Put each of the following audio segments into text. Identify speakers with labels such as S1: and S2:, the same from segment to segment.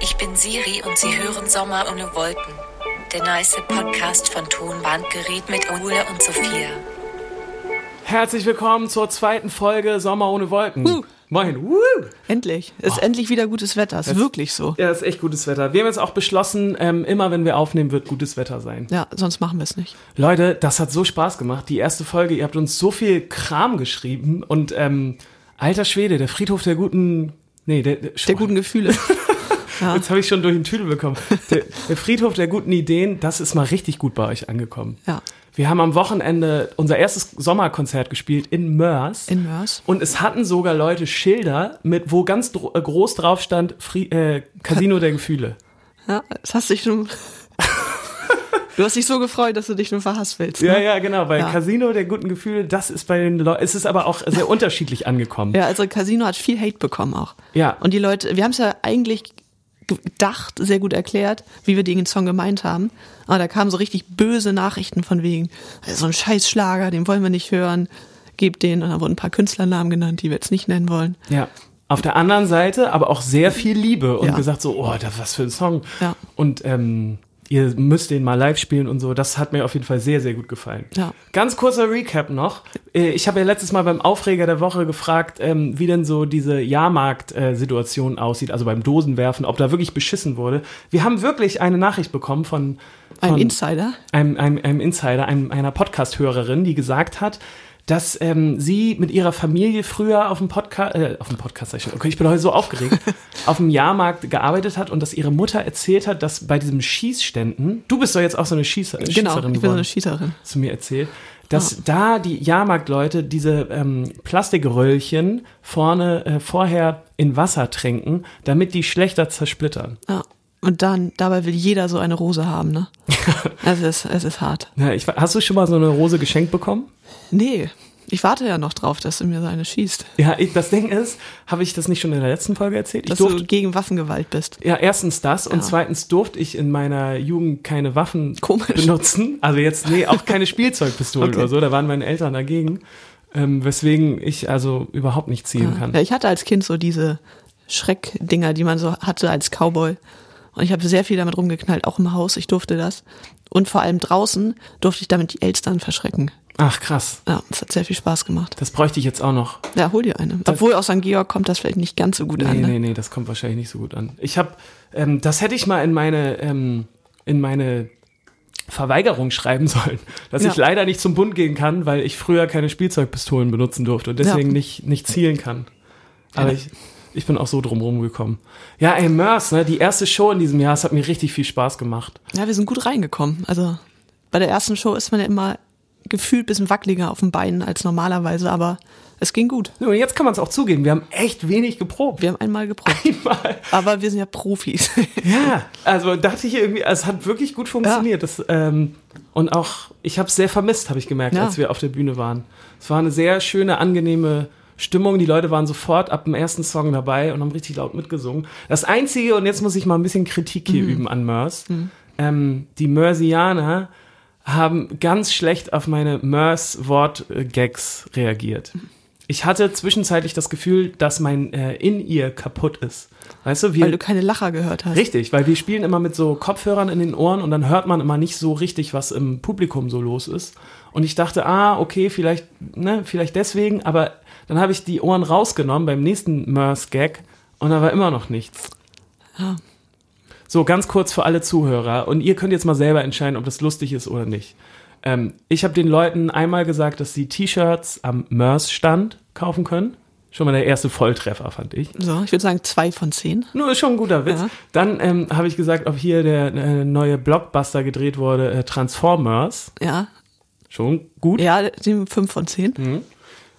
S1: Ich bin Siri und Sie hören Sommer ohne Wolken. Der nice Podcast von Tonbandgerät mit Ole und Sophia.
S2: Herzlich willkommen zur zweiten Folge Sommer ohne Wolken.
S3: Huh.
S2: Moin. Woo.
S3: Endlich. Ist endlich wieder gutes Wetter. Ist wirklich so.
S2: Ja, ist echt gutes Wetter. Wir haben jetzt auch beschlossen, ähm, immer wenn wir aufnehmen, wird gutes Wetter sein.
S3: Ja, sonst machen wir es nicht.
S2: Leute, das hat so Spaß gemacht. Die erste Folge, ihr habt uns so viel Kram geschrieben und ähm, alter Schwede, der Friedhof der guten, nee, der, der,
S3: Der guten Gefühle.
S2: Jetzt habe ich schon durch den Tüdel bekommen. Der, der Friedhof der guten Ideen, das ist mal richtig gut bei euch angekommen.
S3: Ja.
S2: Wir haben am Wochenende unser erstes Sommerkonzert gespielt in Mörs.
S3: In Moers.
S2: Und es hatten sogar Leute Schilder, mit, wo ganz dro- äh, groß drauf stand, Fri äh, Casino der Gefühle.
S3: Ja, das hast dich schon. du hast dich so gefreut, dass du dich nur verhaspelst. Ne?
S2: Ja, ja, genau, weil
S3: Ja.
S2: Casino der guten Gefühle, das ist bei den Leuten, es ist aber auch sehr unterschiedlich angekommen.
S3: Ja, also Casino hat viel Hate bekommen auch.
S2: Ja.
S3: Und die Leute, wir haben es ja eigentlich gedacht, sehr gut erklärt, wie wir den Song gemeint haben. Aber da kamen so richtig böse Nachrichten von wegen, "Das ist so ein Scheißschlager, den wollen wir nicht hören. Gebt den. Und da wurden ein paar Künstlernamen genannt, die wir jetzt nicht nennen wollen.
S2: Ja. Auf der anderen Seite aber auch sehr viel Liebe und
S3: Ja.
S2: gesagt so, oh, das, was für ein Song.
S3: Ja.
S2: Und ähm, ihr müsst den mal live spielen und so. Das hat mir auf jeden Fall sehr, sehr gut gefallen.
S3: Ja.
S2: Ganz kurzer Recap noch. Äh, Ich habe ja letztes Mal beim Aufreger der Woche gefragt, ähm, wie denn so diese Jahrmarkt-Situation aussieht, also beim Dosenwerfen, ob da wirklich beschissen wurde. Wir haben wirklich eine Nachricht bekommen von,
S3: Ein
S2: von
S3: Insider.
S2: einem, einem, einem Insider, einem, einer Podcast-Hörerin, die gesagt hat, dass ähm, sie mit ihrer Familie früher auf dem Podcast, äh, auf dem Podcast, sag ich schon, okay, ich bin heute so aufgeregt, auf dem Jahrmarkt gearbeitet hat und dass ihre Mutter erzählt hat, dass bei diesem Schießständen, du bist doch jetzt auch so eine Schießer,
S3: Genau,
S2: Schießerin
S3: ich bin so eine Ah.
S2: geworden,
S3: Schießerin.
S2: zu mir erzählt, dass da die Jahrmarktleute diese ähm, Plastikröllchen vorne äh, vorher in Wasser trinken, damit die schlechter zersplittern.
S3: Ja. Und dann, dabei will jeder so eine Rose haben, ne? Also es, es ist hart.
S2: Na, ich, hast du schon mal so eine Rose geschenkt bekommen?
S3: Nee, ich warte ja noch drauf, dass du mir so eine schießt.
S2: Ja, ich, das Ding ist, habe ich das nicht schon in der letzten Folge erzählt? Ich
S3: Dass
S2: durfte,
S3: du Ah. gegen Waffengewalt bist.
S2: ja, erstens das und
S3: Ja.
S2: zweitens durfte ich in meiner Jugend keine Waffen
S3: Komisch.
S2: benutzen. Also jetzt, nee, auch keine Spielzeugpistolen
S3: Okay.
S2: oder so, da waren meine Eltern dagegen. Ähm, weswegen ich also überhaupt nicht ziehen kann.
S3: Ja, ich hatte als Kind so diese Schreckdinger, die man so hatte als Cowboy. Und ich habe sehr viel damit rumgeknallt, auch im Haus. Ich durfte das. Und vor allem draußen durfte ich damit die Elstern verschrecken.
S2: Ach krass,
S3: Ja, es hat sehr viel Spaß gemacht.
S2: das bräuchte ich jetzt auch noch.
S3: Ja, hol dir eine. Obwohl aus St. Georg kommt das vielleicht nicht ganz so gut an.
S2: Nee,
S3: Ne?
S2: nee, nee, das kommt wahrscheinlich nicht so gut an. Ich habe, ähm, das hätte ich mal in meine, ähm, in meine Verweigerung schreiben sollen, dass
S3: Ja.
S2: ich leider nicht zum Bund gehen kann, weil ich früher keine Spielzeugpistolen benutzen durfte und deswegen
S3: Ja.
S2: nicht, nicht zielen kann. Aber ich, ich bin auch so drumherum gekommen. Ja, ey, Mörs, ne, die erste Show in diesem Jahr, es hat mir richtig viel Spaß gemacht.
S3: Ja, wir sind gut reingekommen. Also bei der ersten Show ist man ja immer gefühlt ein bisschen wackeliger auf den Beinen als normalerweise, aber es ging gut.
S2: Und jetzt kann man es auch zugeben, wir haben echt wenig geprobt.
S3: Wir haben einmal geprobt.
S2: Einmal.
S3: Aber wir sind ja Profis.
S2: Ja, also dachte ich irgendwie, es hat wirklich gut funktioniert. Das, ähm, und auch, ich habe es sehr vermisst, habe ich gemerkt,
S3: Ja.
S2: als wir auf der Bühne waren. Es war eine sehr schöne, angenehme Stimmung. Die Leute waren sofort ab dem ersten Song dabei und haben richtig laut mitgesungen. Das Einzige, und jetzt muss ich mal ein bisschen Kritik hier üben an Mörs, ähm, die Mörsianer haben ganz schlecht auf meine Mörs-Wort-Gags reagiert. Ich hatte zwischenzeitlich das Gefühl, dass mein äh, In-Ear kaputt ist. Weißt du, wir,
S3: Weil du keine Lacher gehört hast.
S2: Richtig, weil wir spielen immer mit so Kopfhörern in den Ohren und dann hört man immer nicht so richtig, was im Publikum so los ist. Und ich dachte, ah, okay, vielleicht, ne, vielleicht deswegen, aber dann habe ich die Ohren rausgenommen beim nächsten Merse-Gag und da war immer noch nichts.
S3: Ja.
S2: So, ganz kurz für alle Zuhörer und ihr könnt jetzt mal selber entscheiden, ob das lustig ist oder nicht. Ähm, ich habe den Leuten einmal gesagt, dass sie T-Shirts am Merse-Stand kaufen können. Schon mal der erste Volltreffer, fand ich.
S3: So, ich würde sagen zwei von zehn.
S2: Nur ist schon ein guter Witz.
S3: Ja.
S2: Dann ähm, habe ich gesagt, ob hier der äh, neue Blockbuster gedreht wurde, äh, Transformers.
S3: Ja.
S2: Schon gut.
S3: Ja, die fünf von zehn.
S2: Mhm.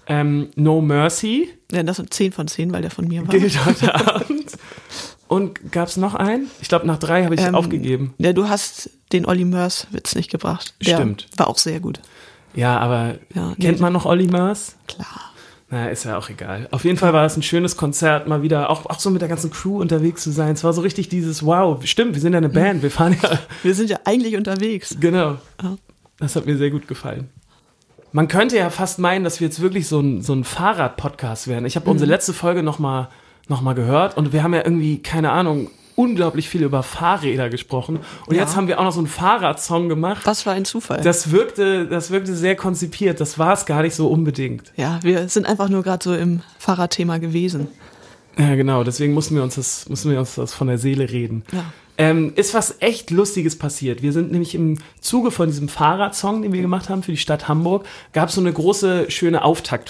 S2: Ähm, no Mercy
S3: Ja, das sind zehn von zehn, weil der von mir war.
S2: gilt heute Abend. Und gab's noch einen? Ich glaube, nach drei habe ich
S3: Ähm,
S2: aufgegeben.
S3: Ja, du hast den Olli Mörs Witz nicht gebracht. Der
S2: Stimmt.
S3: War auch sehr gut.
S2: Ja, aber
S3: Ja, nee.
S2: kennt man noch Olli Mers?
S3: Klar.
S2: Na, ist ja auch egal. Auf jeden Fall war es ein schönes Konzert, mal wieder auch, auch so mit der ganzen Crew unterwegs zu sein. Es war so richtig dieses, wow, stimmt, wir sind ja eine Band, wir fahren ja
S3: Wir sind ja eigentlich unterwegs.
S2: Genau.
S3: Ja.
S2: Das hat mir sehr gut gefallen. Man könnte ja fast meinen, dass wir jetzt wirklich so ein, so ein Fahrrad-Podcast wären. Ich habe unsere letzte Folge nochmal nochmal gehört. Und wir haben ja irgendwie, keine Ahnung, unglaublich viel über Fahrräder gesprochen. Und
S3: Ja.
S2: jetzt haben wir auch noch so einen Fahrradsong gemacht.
S3: Was für ein Zufall.
S2: Das wirkte, das wirkte sehr konzipiert. Das war es gar nicht so unbedingt.
S3: ja, wir sind einfach nur gerade so im Fahrradthema gewesen.
S2: Ja, genau. Deswegen mussten wir uns das, mussten wir uns das von der Seele reden.
S3: Ja.
S2: Ähm, ist was echt Lustiges passiert. Wir sind nämlich im Zuge von diesem Fahrradsong, den wir gemacht haben für die Stadt Hamburg, gab es so eine große, schöne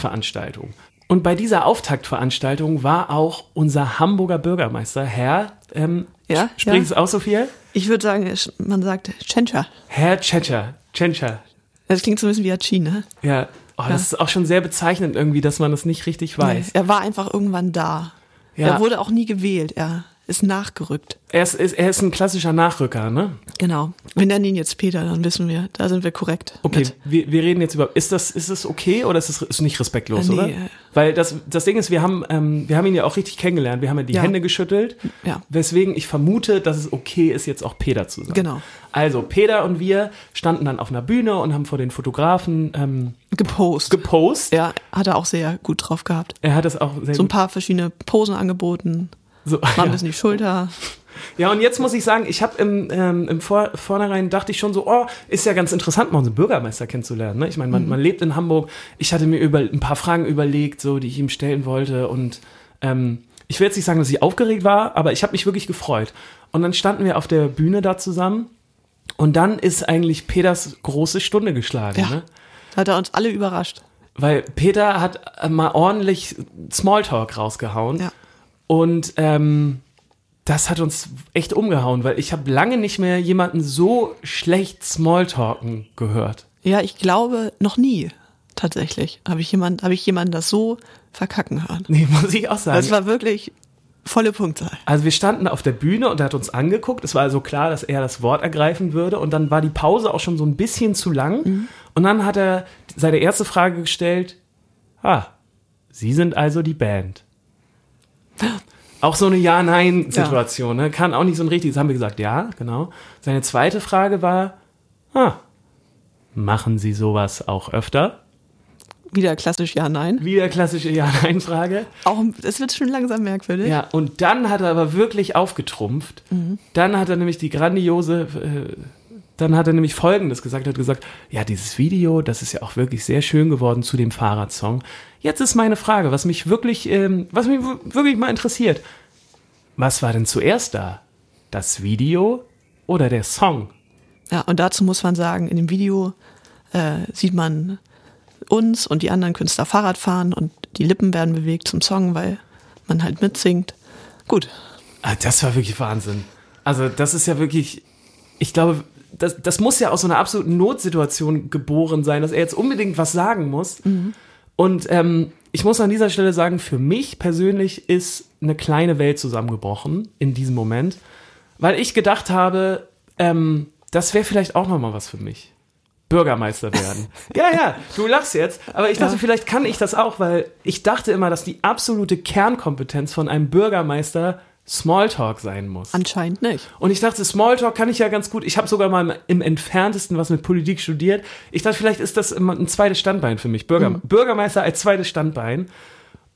S2: Auftaktveranstaltung. Und bei dieser Auftaktveranstaltung war auch unser Hamburger Bürgermeister, Herr, ähm,
S3: Ja,
S2: springt es auch so viel?
S3: Ich würde sagen, es- man sagt Chencha.
S2: Herr Tschetscher, Tschentscher,
S3: Das klingt so ein bisschen wie Achi, ne?
S2: ja. Oh, das ist auch schon sehr bezeichnend irgendwie, dass man das nicht richtig weiß.
S3: Er war einfach irgendwann da.
S2: Ja.
S3: Er wurde auch nie gewählt. Er ist nachgerückt.
S2: Er, ist, ist, er ist ein klassischer Nachrücker, ne?
S3: Genau. Wir nennen ihn jetzt Peter, dann wissen wir, da sind wir korrekt.
S2: Okay,
S3: mit.
S2: wir, wir reden jetzt über. Ist das, ist das okay oder ist es ist nicht respektlos,
S3: Äh, nee.
S2: oder? Weil das, das Ding ist, wir haben, ähm, wir haben ihn ja auch richtig kennengelernt. Wir haben ja die
S3: Ja.
S2: Hände geschüttelt.
S3: Ja.
S2: Weswegen ich vermute, dass es okay ist, jetzt auch Peter zu sein.
S3: Genau.
S2: Also, Peter und wir standen dann auf einer Bühne und haben vor den Fotografen ähm,
S3: Gepost.
S2: gepostet.
S3: ja, hat er auch sehr gut drauf gehabt.
S2: Er hat das auch sehr
S3: So ein
S2: gut-
S3: paar verschiedene Posen angeboten.
S2: so,
S3: Mal
S2: ja.
S3: ein bisschen die Schulter.
S2: Ja, und jetzt muss ich sagen, ich habe im, ähm, im Vor Vornherein dachte ich schon so, oh, ist ja ganz interessant, mal unseren Bürgermeister kennenzulernen. Ne? Ich meine, man, man lebt in Hamburg. Ich hatte mir über ein paar Fragen überlegt, so die ich ihm stellen wollte. Und ähm, ich will jetzt nicht sagen, dass ich aufgeregt war, aber ich habe mich wirklich gefreut. Und dann standen wir auf der Bühne da zusammen. Und dann ist eigentlich Peters große Stunde geschlagen.
S3: Ja.
S2: Ne?
S3: Hat er uns alle überrascht.
S2: Weil Peter hat äh, mal ordentlich Smalltalk rausgehauen.
S3: Ja.
S2: Und ähm, das hat uns echt umgehauen, weil ich habe lange nicht mehr jemanden so schlecht Smalltalken gehört.
S3: Ja, ich glaube, noch nie tatsächlich habe ich jemand, habe ich jemanden das so verkacken hören.
S2: Nee, muss ich auch sagen.
S3: Das war wirklich volle Punktzahl.
S2: Also wir standen auf der Bühne und er hat uns angeguckt. Es war also klar, dass er das Wort ergreifen würde. Und dann war die Pause auch schon so ein bisschen zu lang. Und dann hat er seine erste Frage gestellt. Ah, Sie sind also die Band. Auch so eine Ja-Nein-Situation. Ne? Kann auch nicht so ein richtiges. Haben wir gesagt, ja, genau. Seine zweite Frage war, ah, machen Sie sowas auch öfter?
S3: Wieder klassisch Ja, Nein.
S2: Wieder klassische Ja-Nein-Frage.
S3: Auch, es wird schon langsam merkwürdig.
S2: Ja, und dann hat er aber wirklich aufgetrumpft. Dann hat er nämlich die grandiose, äh, dann hat er nämlich Folgendes gesagt, Er hat gesagt, ja, dieses Video, das ist ja auch wirklich sehr schön geworden zu dem Fahrradsong. Jetzt ist meine Frage, was mich wirklich, ähm, was mich w- wirklich mal interessiert. Was war denn zuerst da? Das Video oder der Song?
S3: Ja, und dazu muss man sagen, in dem Video äh, sieht man uns und die anderen Künstler Fahrrad fahren und die Lippen werden bewegt zum Song, weil man halt mitsingt. Gut,
S2: Ah, das war wirklich Wahnsinn. Also, das ist ja wirklich, ich glaube, das, das muss ja aus so einer absoluten Notsituation geboren sein, dass er jetzt unbedingt was sagen muss. Und ähm, ich muss an dieser Stelle sagen, für mich persönlich ist eine kleine Welt zusammengebrochen in diesem Moment, weil ich gedacht habe, ähm, das wäre vielleicht auch nochmal was für mich. Bürgermeister werden. ja, ja, du lachst jetzt, aber ich dachte, vielleicht kann ich das auch, weil ich dachte immer, dass die absolute Kernkompetenz von einem Bürgermeister Smalltalk sein muss.
S3: anscheinend nicht.
S2: Und ich dachte, Smalltalk kann ich ja ganz gut. Ich habe sogar mal im, im entferntesten was mit Politik studiert. Ich dachte, vielleicht ist das immer ein zweites Standbein für mich. Bürger, Bürgermeister als zweites Standbein.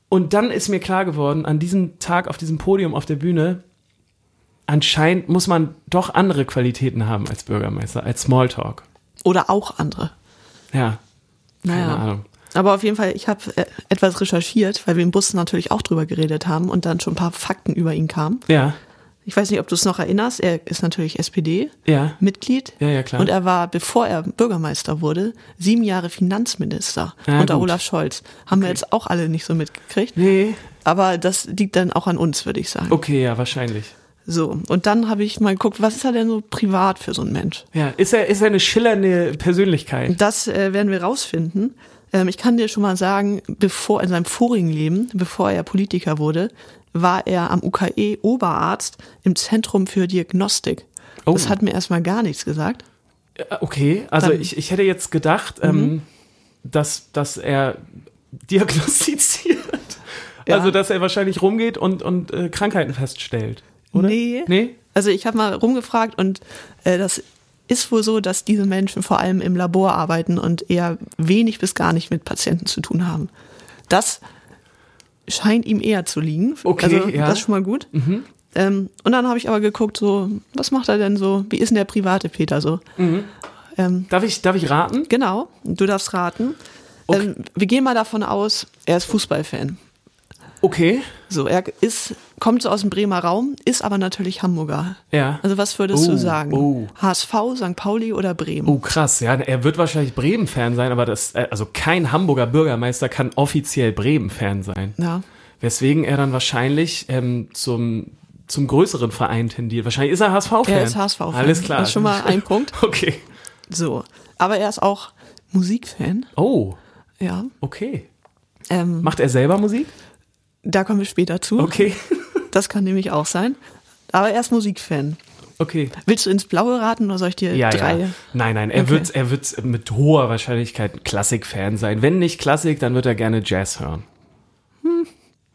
S2: Und dann ist mir klar geworden, an diesem Tag auf diesem Podium auf der Bühne, anscheinend muss man doch andere Qualitäten haben als Bürgermeister, als Smalltalk.
S3: Oder auch andere.
S2: Ja,
S3: Naja.
S2: Keine Ahnung.
S3: Aber auf jeden Fall, ich habe äh, etwas recherchiert, weil wir im Bus natürlich auch drüber geredet haben und dann schon ein paar Fakten über ihn kamen.
S2: ja,
S3: Ich weiß nicht, ob du es noch erinnerst. Er ist natürlich SPD-Mitglied.
S2: ja. Ja, ja, klar.
S3: Und er war, bevor er Bürgermeister wurde, sieben Jahre Finanzminister
S2: Ja,
S3: unter
S2: gut.
S3: Olaf Scholz. Haben wir jetzt auch alle nicht so mitgekriegt.
S2: Nee.
S3: Aber das liegt dann auch an uns, würde ich sagen.
S2: Okay, ja, wahrscheinlich.
S3: So, und dann habe ich mal geguckt, was ist er denn so privat für so ein Mensch?
S2: Ja, ist er, ist er eine schillernde Persönlichkeit?
S3: Das äh, werden wir rausfinden. Ähm, ich kann dir schon mal sagen, bevor in seinem vorigen Leben, bevor er Politiker wurde, war er am UKE Oberarzt im Zentrum für Diagnostik.
S2: Oh.
S3: Das hat mir erstmal gar nichts gesagt.
S2: Äh, Okay, also
S3: Dann- Mhm.
S2: ich, ich hätte jetzt gedacht, ähm, dass, dass er diagnostiziert.
S3: Ja.
S2: Also, dass er wahrscheinlich rumgeht und, und äh, Krankheiten feststellt, oder?
S3: Nee.
S2: Nee?
S3: Also ich habe mal rumgefragt und äh, das ist wohl so, dass diese Menschen vor allem im Labor arbeiten und eher wenig bis gar nicht mit Patienten zu tun haben. Das scheint ihm eher zu liegen.
S2: Okay,
S3: also,
S2: ja. Mhm.
S3: Das ist schon mal gut. Ähm, und dann habe ich aber geguckt, so, was macht er denn so? Wie ist denn der private Peter so?
S2: Mhm.
S3: Ähm,
S2: Darf ich, darf ich raten?
S3: genau, du darfst raten.
S2: Okay.
S3: Ähm, wir gehen mal davon aus, er ist Fußballfan.
S2: Okay.
S3: So, er ist, kommt so aus dem Bremer Raum, ist aber natürlich Hamburger.
S2: Ja.
S3: Also was würdest
S2: Oh,
S3: du sagen?
S2: oh.
S3: HSV, St. Pauli oder Bremen?
S2: Oh, krass, ja. Er wird wahrscheinlich Bremen-Fan sein, aber das, äh, also kein Hamburger Bürgermeister kann offiziell Bremen-Fan sein.
S3: Ja.
S2: Weswegen er dann wahrscheinlich ähm, zum, zum größeren Verein tendiert. Wahrscheinlich ist er HSV-Fan.
S3: Er ist HSV-Fan.
S2: Alles klar.
S3: Das ist schon mal ein Punkt.
S2: Okay.
S3: So. Aber er ist auch Musikfan.
S2: Oh,
S3: Ja.
S2: okay.
S3: Ähm,
S2: Macht er selber Musik?
S3: da kommen wir später zu.
S2: Okay.
S3: Das kann nämlich auch sein. Aber er ist Musikfan.
S2: Okay.
S3: Willst du ins Blaue raten oder soll ich dir
S2: Ja,
S3: drei?
S2: ja. Nein, nein, er
S3: Okay.
S2: wird er wird mit hoher Wahrscheinlichkeit ein Klassik-Fan sein. Wenn nicht Klassik, dann wird er gerne Jazz hören. Hm.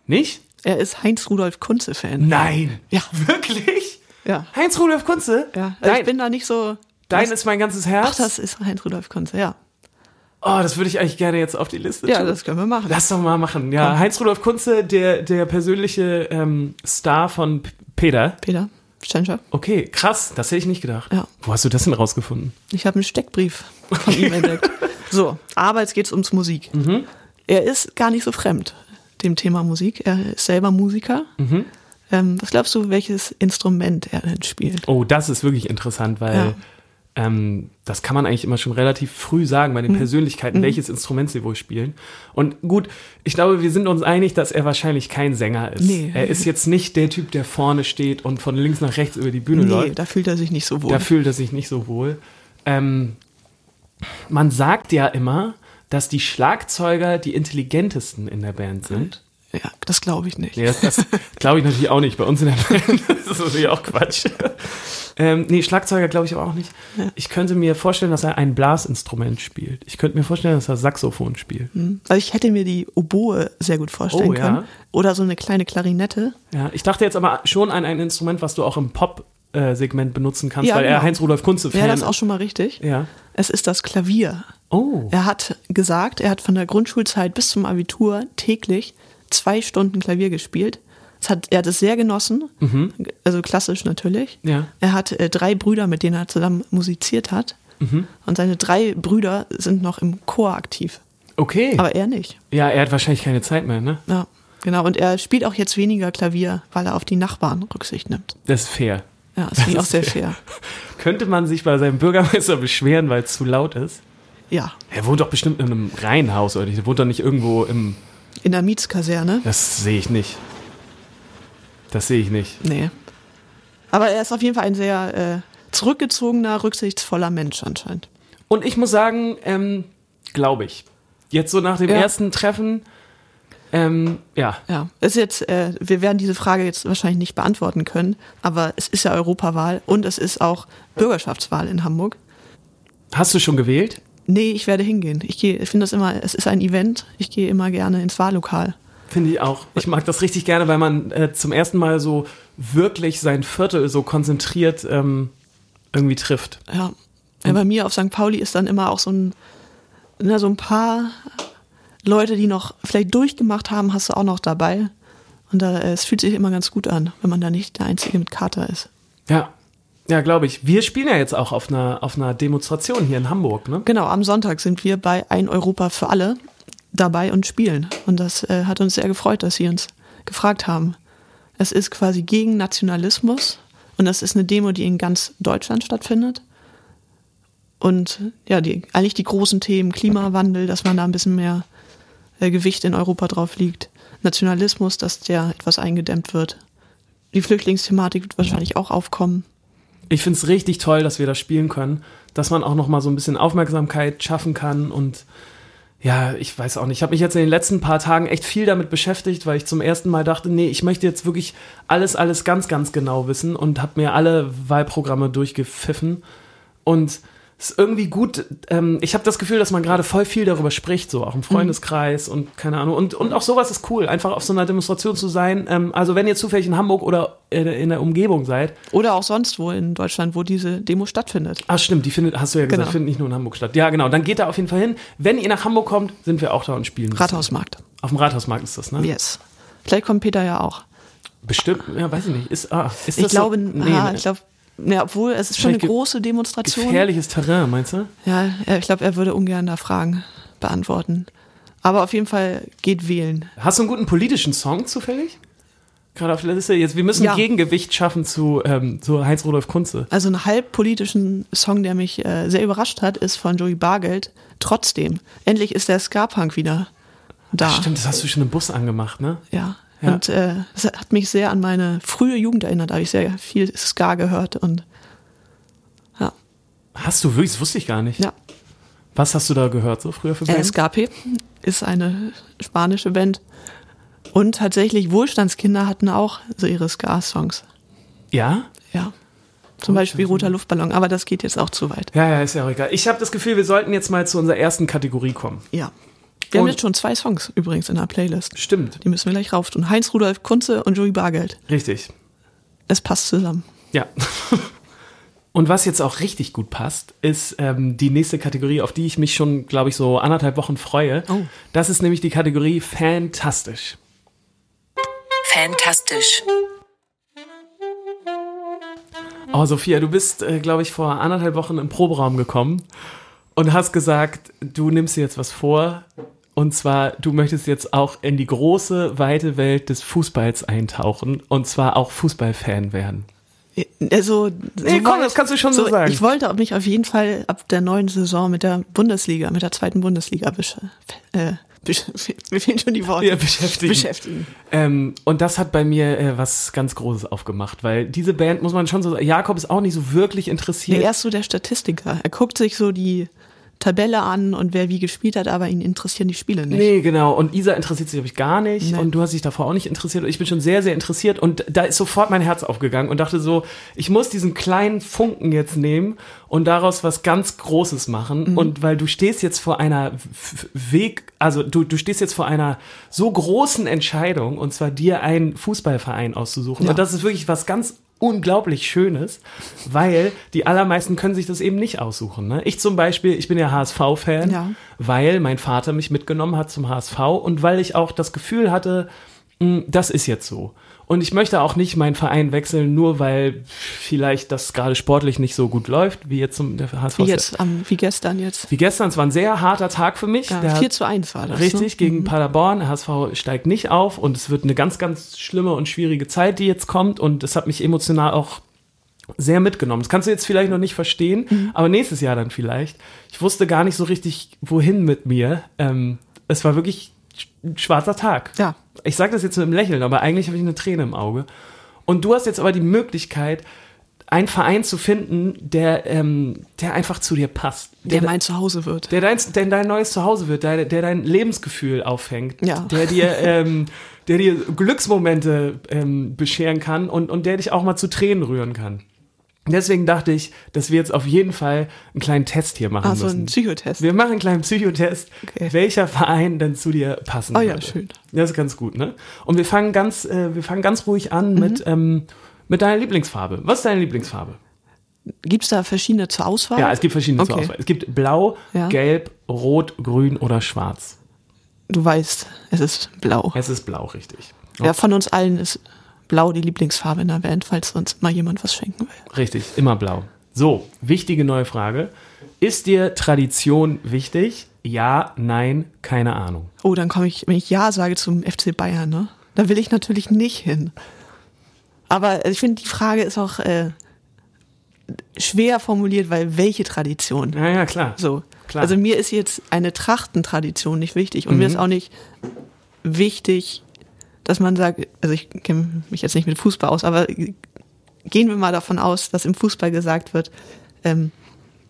S2: Nicht?
S3: Er ist Heinz Rudolf Kunze-Fan.
S2: Nein.
S3: Ja.
S2: Wirklich?
S3: Ja.
S2: Heinz Rudolf Kunze?
S3: Ja. Also
S2: Dein,
S3: ich bin da nicht so.
S2: dein ist mein ganzes
S3: Ach,
S2: Herz.
S3: das ist Heinz Rudolf Kunze, ja.
S2: oh, das würde ich eigentlich gerne jetzt auf die Liste
S3: Ja,
S2: tun.
S3: das können wir machen.
S2: Lass doch mal machen. Ja, Heinz Rudolf Kunze, der, der persönliche ähm, Star von P Peter.
S3: Peter, Stenscher.
S2: Okay, krass, das hätte ich nicht gedacht.
S3: Ja.
S2: Wo hast du das denn rausgefunden?
S3: Ich habe einen Steckbrief von ihm entdeckt. So, aber jetzt geht es ums Musik.
S2: Mhm.
S3: Er ist gar nicht so fremd dem Thema Musik. Er ist selber Musiker.
S2: Mhm.
S3: Ähm, was glaubst du, welches Instrument er denn spielt?
S2: Oh, das ist wirklich interessant, weil
S3: Ja.
S2: ähm, das kann man eigentlich immer schon relativ früh sagen
S3: Mhm.
S2: bei den Persönlichkeiten, welches Instrument sie wohl spielen. Und gut, ich glaube, wir sind uns einig, dass er wahrscheinlich kein Sänger ist.
S3: Nee.
S2: Er ist jetzt nicht der Typ, der vorne steht und von links nach rechts über die Bühne
S3: Nee,
S2: läuft.
S3: da fühlt er sich nicht so wohl.
S2: Da fühlt er sich nicht so wohl. Ähm, man sagt ja immer, dass die Schlagzeuger die intelligentesten in der Band sind.
S3: ja, das glaube ich nicht.
S2: Nee, das, das glaube ich natürlich auch nicht. Bei uns in der Band das ist natürlich auch Quatsch. Ähm, nee, Schlagzeuger glaube ich aber auch nicht. Ich könnte mir vorstellen, dass er ein Blasinstrument spielt. Ich könnte mir vorstellen, dass er Saxophon spielt.
S3: Also ich hätte mir die Oboe sehr gut vorstellen
S2: Oh, ja.
S3: können. Oder so eine kleine Klarinette.
S2: Ja, ich dachte jetzt aber schon an ein Instrument, was du auch im Pop-Segment benutzen kannst,
S3: Ja,
S2: weil er
S3: genau.
S2: Heinz-Rudolf Kunze-Fan
S3: Wäre das auch schon mal richtig?
S2: Ja.
S3: Es ist das Klavier.
S2: Oh.
S3: Er hat gesagt, er hat von der Grundschulzeit bis zum Abitur täglich zwei Stunden Klavier gespielt. Es hat, er hat es sehr genossen, also klassisch natürlich.
S2: Mhm. Ja.
S3: Er hat äh, drei Brüder, mit denen er zusammen musiziert hat.
S2: Mhm.
S3: Und seine drei Brüder sind noch im Chor aktiv,
S2: Okay.
S3: aber er nicht.
S2: ja, er hat wahrscheinlich keine Zeit mehr, ne?
S3: Ja, genau. Und er spielt auch jetzt weniger Klavier, weil er auf die Nachbarn Rücksicht nimmt.
S2: Das ist fair.
S3: Ja, das finde ich auch sehr fair.
S2: Könnte man sich bei seinem Bürgermeister beschweren, weil es zu laut ist?
S3: Ja,
S2: Er wohnt doch bestimmt in einem Reihenhaus, oder? nicht? Er wohnt doch nicht irgendwo im.
S3: in der Mietskaserne.
S2: Das sehe ich nicht. Das sehe ich nicht.
S3: Nee. Aber er ist auf jeden Fall ein sehr äh, zurückgezogener, rücksichtsvoller Mensch anscheinend.
S2: Und ich muss sagen, ähm, glaube ich. Jetzt so nach dem
S3: Ja.
S2: ersten Treffen, ähm, ja.
S3: Ja, ist jetzt, äh, wir werden diese Frage jetzt wahrscheinlich nicht beantworten können, aber es ist ja Europawahl und es ist auch Bürgerschaftswahl in Hamburg.
S2: Hast du schon gewählt?
S3: Nee, ich werde hingehen. Ich gehe, ich finde das immer, es ist ein Event. Ich gehe immer gerne ins Wahllokal.
S2: Finde ich auch. Ich mag das richtig gerne, weil man äh, zum ersten Mal so wirklich sein Viertel so konzentriert ähm, irgendwie trifft.
S3: Ja. ja. Bei mir auf St. Pauli ist dann immer auch so ein, na, so ein paar Leute, die noch vielleicht durchgemacht haben, hast du auch noch dabei. Und da, äh, es fühlt sich immer ganz gut an, wenn man da nicht der Einzige mit Kater ist.
S2: Ja. Ja, glaube ich. Wir spielen ja jetzt auch auf einer, auf einer Demonstration hier in Hamburg, ne?
S3: Genau, am Sonntag sind wir bei Ein Europa für alle dabei und spielen. Und das äh, hat uns sehr gefreut, dass Sie uns gefragt haben. Es ist quasi gegen Nationalismus und das ist eine Demo, die in ganz Deutschland stattfindet. Und ja, die, eigentlich die großen Themen Klimawandel, dass man da ein bisschen mehr äh, Gewicht in Europa drauf liegt. Nationalismus, dass der etwas eingedämmt wird. Die Flüchtlingsthematik wird wahrscheinlich auch aufkommen.
S2: Ich finde es richtig toll, dass wir das spielen können, dass man auch noch mal so ein bisschen Aufmerksamkeit schaffen kann und ja, ich weiß auch nicht. Ich habe mich jetzt in den letzten paar Tagen echt viel damit beschäftigt, weil ich zum ersten Mal dachte, nee, ich möchte jetzt wirklich alles, alles ganz, ganz genau wissen und habe mir alle Wahlprogramme durchgepfiffen und es ist irgendwie gut. Ähm, ich habe das Gefühl, dass man gerade voll viel darüber spricht, so auch im Freundeskreis und keine Ahnung. Und, und auch sowas ist cool, einfach auf so einer Demonstration zu sein. Ähm, also wenn ihr zufällig in Hamburg oder äh, in der Umgebung seid,
S3: Oder auch sonst wo in Deutschland, wo diese Demo stattfindet.
S2: Ah, stimmt, die findet, hast du ja gesagt,
S3: Genau.
S2: findet nicht nur in Hamburg statt. Ja, genau, dann geht da auf jeden Fall hin. Wenn ihr nach Hamburg kommt, sind wir auch da und spielen. ein bisschen.
S3: Rathausmarkt.
S2: Auf dem Rathausmarkt ist das, ne?
S3: Yes. Vielleicht kommt Peter ja auch.
S2: Bestimmt, ja, weiß ich nicht. Ist, ah, ist
S3: Ich
S2: das so-
S3: glaube,
S2: nee,
S3: ah,
S2: ne.
S3: ich glaube, ja, obwohl es ist schon eine
S2: Vielleicht ge-
S3: große Demonstration.
S2: gefährliches Terrain, meinst du?
S3: Ja, äh, ich glaube, er würde ungern da Fragen beantworten. Aber auf jeden Fall geht wählen.
S2: Hast du einen guten politischen Song zufällig? Gerade auf der Liste jetzt. Wir müssen
S3: Ja.
S2: Gegengewicht schaffen zu, ähm, zu Heinz Rudolf Kunze.
S3: Also einen halbpolitischen Song, der mich äh, sehr überrascht hat, ist von Joey Bargeld. Trotzdem, endlich ist der Ska-Punk wieder da.
S2: Stimmt, das hast du schon im Bus angemacht, ne?
S3: Ja.
S2: Ja.
S3: Und äh, das hat mich sehr an meine frühe Jugend erinnert. Da habe ich sehr viel Ska gehört und ja,
S2: Hast du wirklich? Das wusste ich gar nicht.
S3: ja.
S2: Was hast du da gehört so früher für
S3: Äh,
S2: Bands?
S3: Escape ist eine spanische Band. Und tatsächlich, Wohlstandskinder hatten auch so ihre Ska-Songs.
S2: ja?
S3: Ja.
S2: Oh,
S3: Zum Beispiel Roter Luftballon, aber das geht jetzt auch zu weit.
S2: Ja, ja, ist ja auch egal. Ich habe das Gefühl, wir sollten jetzt mal zu unserer ersten Kategorie kommen.
S3: Ja. Wir haben
S2: Und-
S3: jetzt schon zwei Songs übrigens in der Playlist.
S2: Stimmt.
S3: Die müssen wir gleich rauf tun. Heinz Rudolf Kunze und Joey Bargeld.
S2: Richtig.
S3: Es passt zusammen.
S2: Ja. Und was jetzt auch richtig gut passt, ist ähm, die nächste Kategorie, auf die ich mich schon, glaube ich, so anderthalb Wochen freue.
S3: Oh.
S2: Das ist nämlich die Kategorie Fantastisch.
S1: Fantastisch.
S2: Oh, Sophia, du bist, äh, glaube ich, vor anderthalb Wochen im Proberaum gekommen und hast gesagt, du nimmst dir jetzt was vor. Und zwar, du möchtest jetzt auch in die große, weite Welt des Fußballs eintauchen und zwar auch Fußballfan werden.
S3: Also,
S2: Nee, komm, das kannst du schon so sagen.
S3: Ich wollte mich auf jeden Fall ab der neuen Saison mit der Bundesliga, mit der zweiten Bundesliga besch äh, besch mir fehlen schon die Worte.
S2: Ja, beschäftigen.
S3: beschäftigen.
S2: Ähm, und das hat bei mir äh, was ganz Großes aufgemacht, weil diese Band, muss man schon so sagen, Jakob ist auch nicht so wirklich interessiert.
S3: Nee, er ist so der Statistiker. Er guckt sich so die Tabelle an und wer wie gespielt hat, aber ihn interessieren die Spiele nicht.
S2: Nee, genau. Und Isa interessiert sich, glaube ich, gar nicht.
S3: Nee.
S2: Und du hast dich davor auch nicht interessiert. Und ich bin schon sehr, sehr interessiert. Und da ist sofort mein Herz aufgegangen und dachte so, ich muss diesen kleinen Funken jetzt nehmen und daraus was ganz Großes
S3: Mhm.
S2: machen. Und weil du stehst jetzt vor einer F- F- Weg, also du, du stehst jetzt vor einer so großen Entscheidung und zwar dir einen Fußballverein auszusuchen.
S3: Ja.
S2: Und das ist wirklich was ganz unglaublich Schönes, weil die allermeisten können sich das eben nicht aussuchen. Ne? Ich zum Beispiel, ich bin ja HSV-Fan
S3: Ja.
S2: weil mein Vater mich mitgenommen hat zum HSV und weil ich auch das Gefühl hatte, mh, das ist jetzt so. Und ich möchte auch nicht meinen Verein wechseln, nur weil vielleicht das gerade sportlich nicht so gut läuft, wie jetzt zum der HSV.
S3: Wie jetzt, am, wie gestern jetzt.
S2: Wie gestern, es war ein sehr harter Tag für mich.
S3: Ja,
S2: Der-
S3: 4 zu 1 war das.
S2: Richtig,
S3: Ne?
S2: gegen Paderborn. Der HSV steigt nicht auf und es wird eine ganz, ganz schlimme und schwierige Zeit, die jetzt kommt. Und es hat mich emotional auch sehr mitgenommen. Das kannst du jetzt vielleicht noch nicht verstehen,
S3: Mhm.
S2: aber nächstes Jahr dann vielleicht. Ich wusste gar nicht so richtig, wohin mit mir. Ähm, es war wirklich sch- ein schwarzer Tag.
S3: Ja.
S2: Ich sage das jetzt mit einem Lächeln, aber eigentlich habe ich eine Träne im Auge. Und du hast jetzt aber die Möglichkeit, einen Verein zu finden, der, ähm, der einfach zu dir passt.
S3: Der mein Zuhause wird.
S2: Der dein, der dein neues Zuhause wird, der, der dein Lebensgefühl auffängt,
S3: Ja.
S2: der dir, ähm, der dir Glücksmomente ähm, bescheren kann und, und der dich auch mal zu Tränen rühren kann. Deswegen dachte ich, dass wir jetzt auf jeden Fall einen kleinen Test hier machen
S3: also ein
S2: müssen.
S3: Psychotest.
S2: Wir machen einen kleinen Psychotest,
S3: Okay.
S2: welcher Verein denn zu dir passen
S3: Oh ja,
S2: würde.
S3: schön.
S2: Das ist ganz gut, ne? Und wir fangen ganz, äh, wir fangen ganz ruhig an
S3: Mhm.
S2: mit, ähm, mit deiner Lieblingsfarbe. Was ist deine Lieblingsfarbe?
S3: Gibt es da verschiedene zur Auswahl?
S2: Ja, es gibt verschiedene zur
S3: Ah, Okay.
S2: Auswahl. Es gibt blau,
S3: Ja.
S2: gelb, rot, grün oder schwarz.
S3: Du weißt, es ist blau.
S2: Es ist blau, richtig.
S3: Wer von uns allen ist blau die Lieblingsfarbe in der Band, falls uns mal jemand was schenken will?
S2: Richtig, immer blau. So, wichtige neue Frage. Ist dir Tradition wichtig? Ja, nein, keine Ahnung.
S3: Oh, dann komme ich, wenn ich Ja sage zum FC Bayern, ne? Da will ich natürlich nicht hin. Aber äh, ich finde, die Frage ist auch äh, schwer formuliert, weil welche Tradition? ne?
S2: Ja, ja, klar.
S3: So.
S2: Klar. Mhm.
S3: Also mir ist jetzt eine Trachtentradition nicht wichtig und mir ist auch nicht wichtig, dass man sagt, also ich kenne mich jetzt nicht mit Fußball aus, aber gehen wir mal davon aus, dass im Fußball gesagt wird, ähm,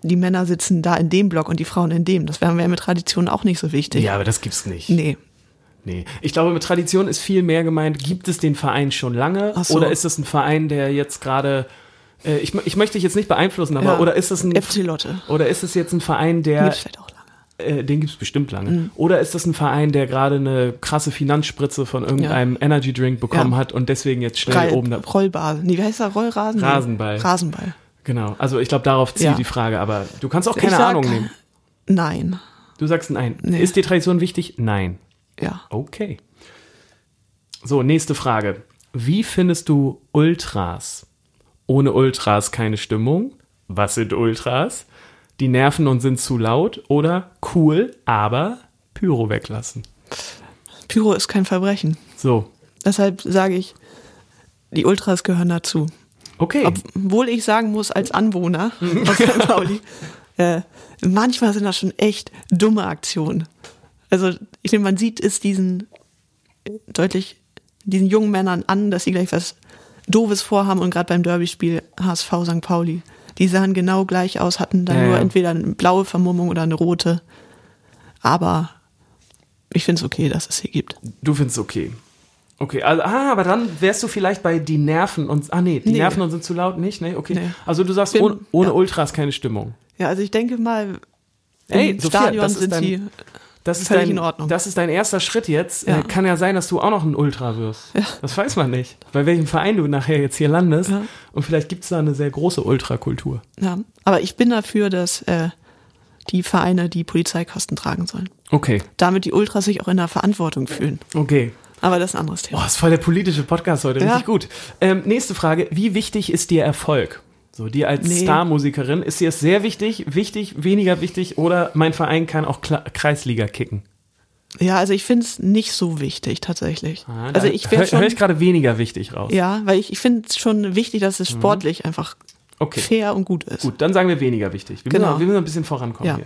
S3: die Männer sitzen da in dem Block und die Frauen in dem. Das wäre mir mit Tradition auch nicht so wichtig.
S2: Ja, aber das gibt's nicht.
S3: Nee.
S2: Nee. Ich glaube, mit Tradition ist viel mehr gemeint, gibt es den Verein schon lange
S3: Ach so.
S2: oder ist es ein Verein, der jetzt gerade äh, ich, mö- ich möchte dich jetzt nicht beeinflussen, aber
S3: Ja.
S2: oder ist es ein
S3: FC Lotte.
S2: oder ist es jetzt ein Verein, der
S3: Gibt's vielleicht auch lange.
S2: äh, den gibt's bestimmt lange.
S3: Mhm.
S2: Oder ist das ein Verein, der gerade eine krasse Finanzspritze von irgendeinem Energy Drink bekommen
S3: Ja.
S2: hat und deswegen jetzt schnell
S3: Geil.
S2: oben da.
S3: Rollbase. Nee, wie heißt der? Rollrasen? Nee.
S2: Rasenball.
S3: Rasenball.
S2: Genau. Also ich glaube, darauf zielt
S3: Ja.
S2: die Frage, aber du kannst auch
S3: Ich
S2: keine
S3: sag-
S2: Ahnung nehmen.
S3: Nein.
S2: Du sagst nein.
S3: Nee.
S2: Ist die Tradition wichtig? Nein.
S3: Ja.
S2: Okay. So, nächste Frage. Wie findest du Ultras? Ohne Ultras keine Stimmung. Was sind Ultras? Die nerven und sind zu laut oder cool, aber Pyro weglassen.
S3: Pyro ist kein Verbrechen.
S2: So,
S3: Deshalb sage ich, die Ultras gehören dazu.
S2: okay.
S3: Obwohl ich sagen muss, als Anwohner aus
S2: Mhm.
S3: St. Pauli, äh, manchmal sind das schon echt dumme Aktionen. Also, ich finde, man sieht es diesen äh, deutlich, diesen jungen Männern an, dass sie gleich was Doofes vorhaben und gerade beim Derbyspiel HSV St. Pauli. Die sahen genau gleich aus, hatten dann
S2: Ja,
S3: nur
S2: ja.
S3: entweder eine blaue Vermummung oder eine rote. Aber ich finde es okay, dass es hier gibt.
S2: du findest okay. Okay, also, ah, aber dann wärst du vielleicht bei die Nerven und, ah nee, die
S3: Nee.
S2: Nerven und sind zu laut, nicht? Nee, okay.
S3: Nee.
S2: Also du sagst,
S3: Bin-
S2: ohne, ohne
S3: ja.
S2: Ultras keine Stimmung.
S3: Ja, also ich denke mal, im
S2: Ey, Sophia,
S3: Stadion
S2: das ist
S3: sind
S2: dein-
S3: sie.
S2: Das ist,
S3: Völlig
S2: dein,
S3: in Ordnung.
S2: das ist dein erster Schritt jetzt.
S3: Ja.
S2: Äh, Kann ja sein, dass du auch noch ein Ultra wirst.
S3: Ja.
S2: Das weiß man nicht. Bei welchem Verein du nachher jetzt hier landest.
S3: Ja.
S2: Und vielleicht gibt es da eine sehr große Ultrakultur.
S3: Ja, aber ich bin dafür, dass äh, die Vereine die Polizeikosten tragen sollen.
S2: Okay,
S3: Damit die Ultras sich auch in der Verantwortung fühlen.
S2: okay.
S3: Aber das ist ein anderes
S2: Boah,
S3: Thema.
S2: ist voll der politische Podcast heute.
S3: Ja.
S2: Richtig gut. Ähm, nächste Frage. Wie wichtig ist dir Erfolg? So, dir als
S3: Nee.
S2: Starmusikerin, ist dir es sehr wichtig, wichtig, weniger wichtig oder mein Verein kann auch Kla Kreisliga kicken?
S3: Ja, also ich finde es nicht so wichtig tatsächlich.
S2: Oh. Ah, da
S3: also ich
S2: hör,
S3: wäre
S2: hör
S3: schon.
S2: ich gerade weniger wichtig raus.
S3: Ja, weil ich, ich finde es schon wichtig, dass es sportlich einfach
S2: Mhm. Okay.
S3: fair und gut ist.
S2: Gut, dann sagen wir weniger wichtig. Wir,
S3: Genau.
S2: müssen, wir müssen ein bisschen vorankommen
S3: Ja.
S2: hier.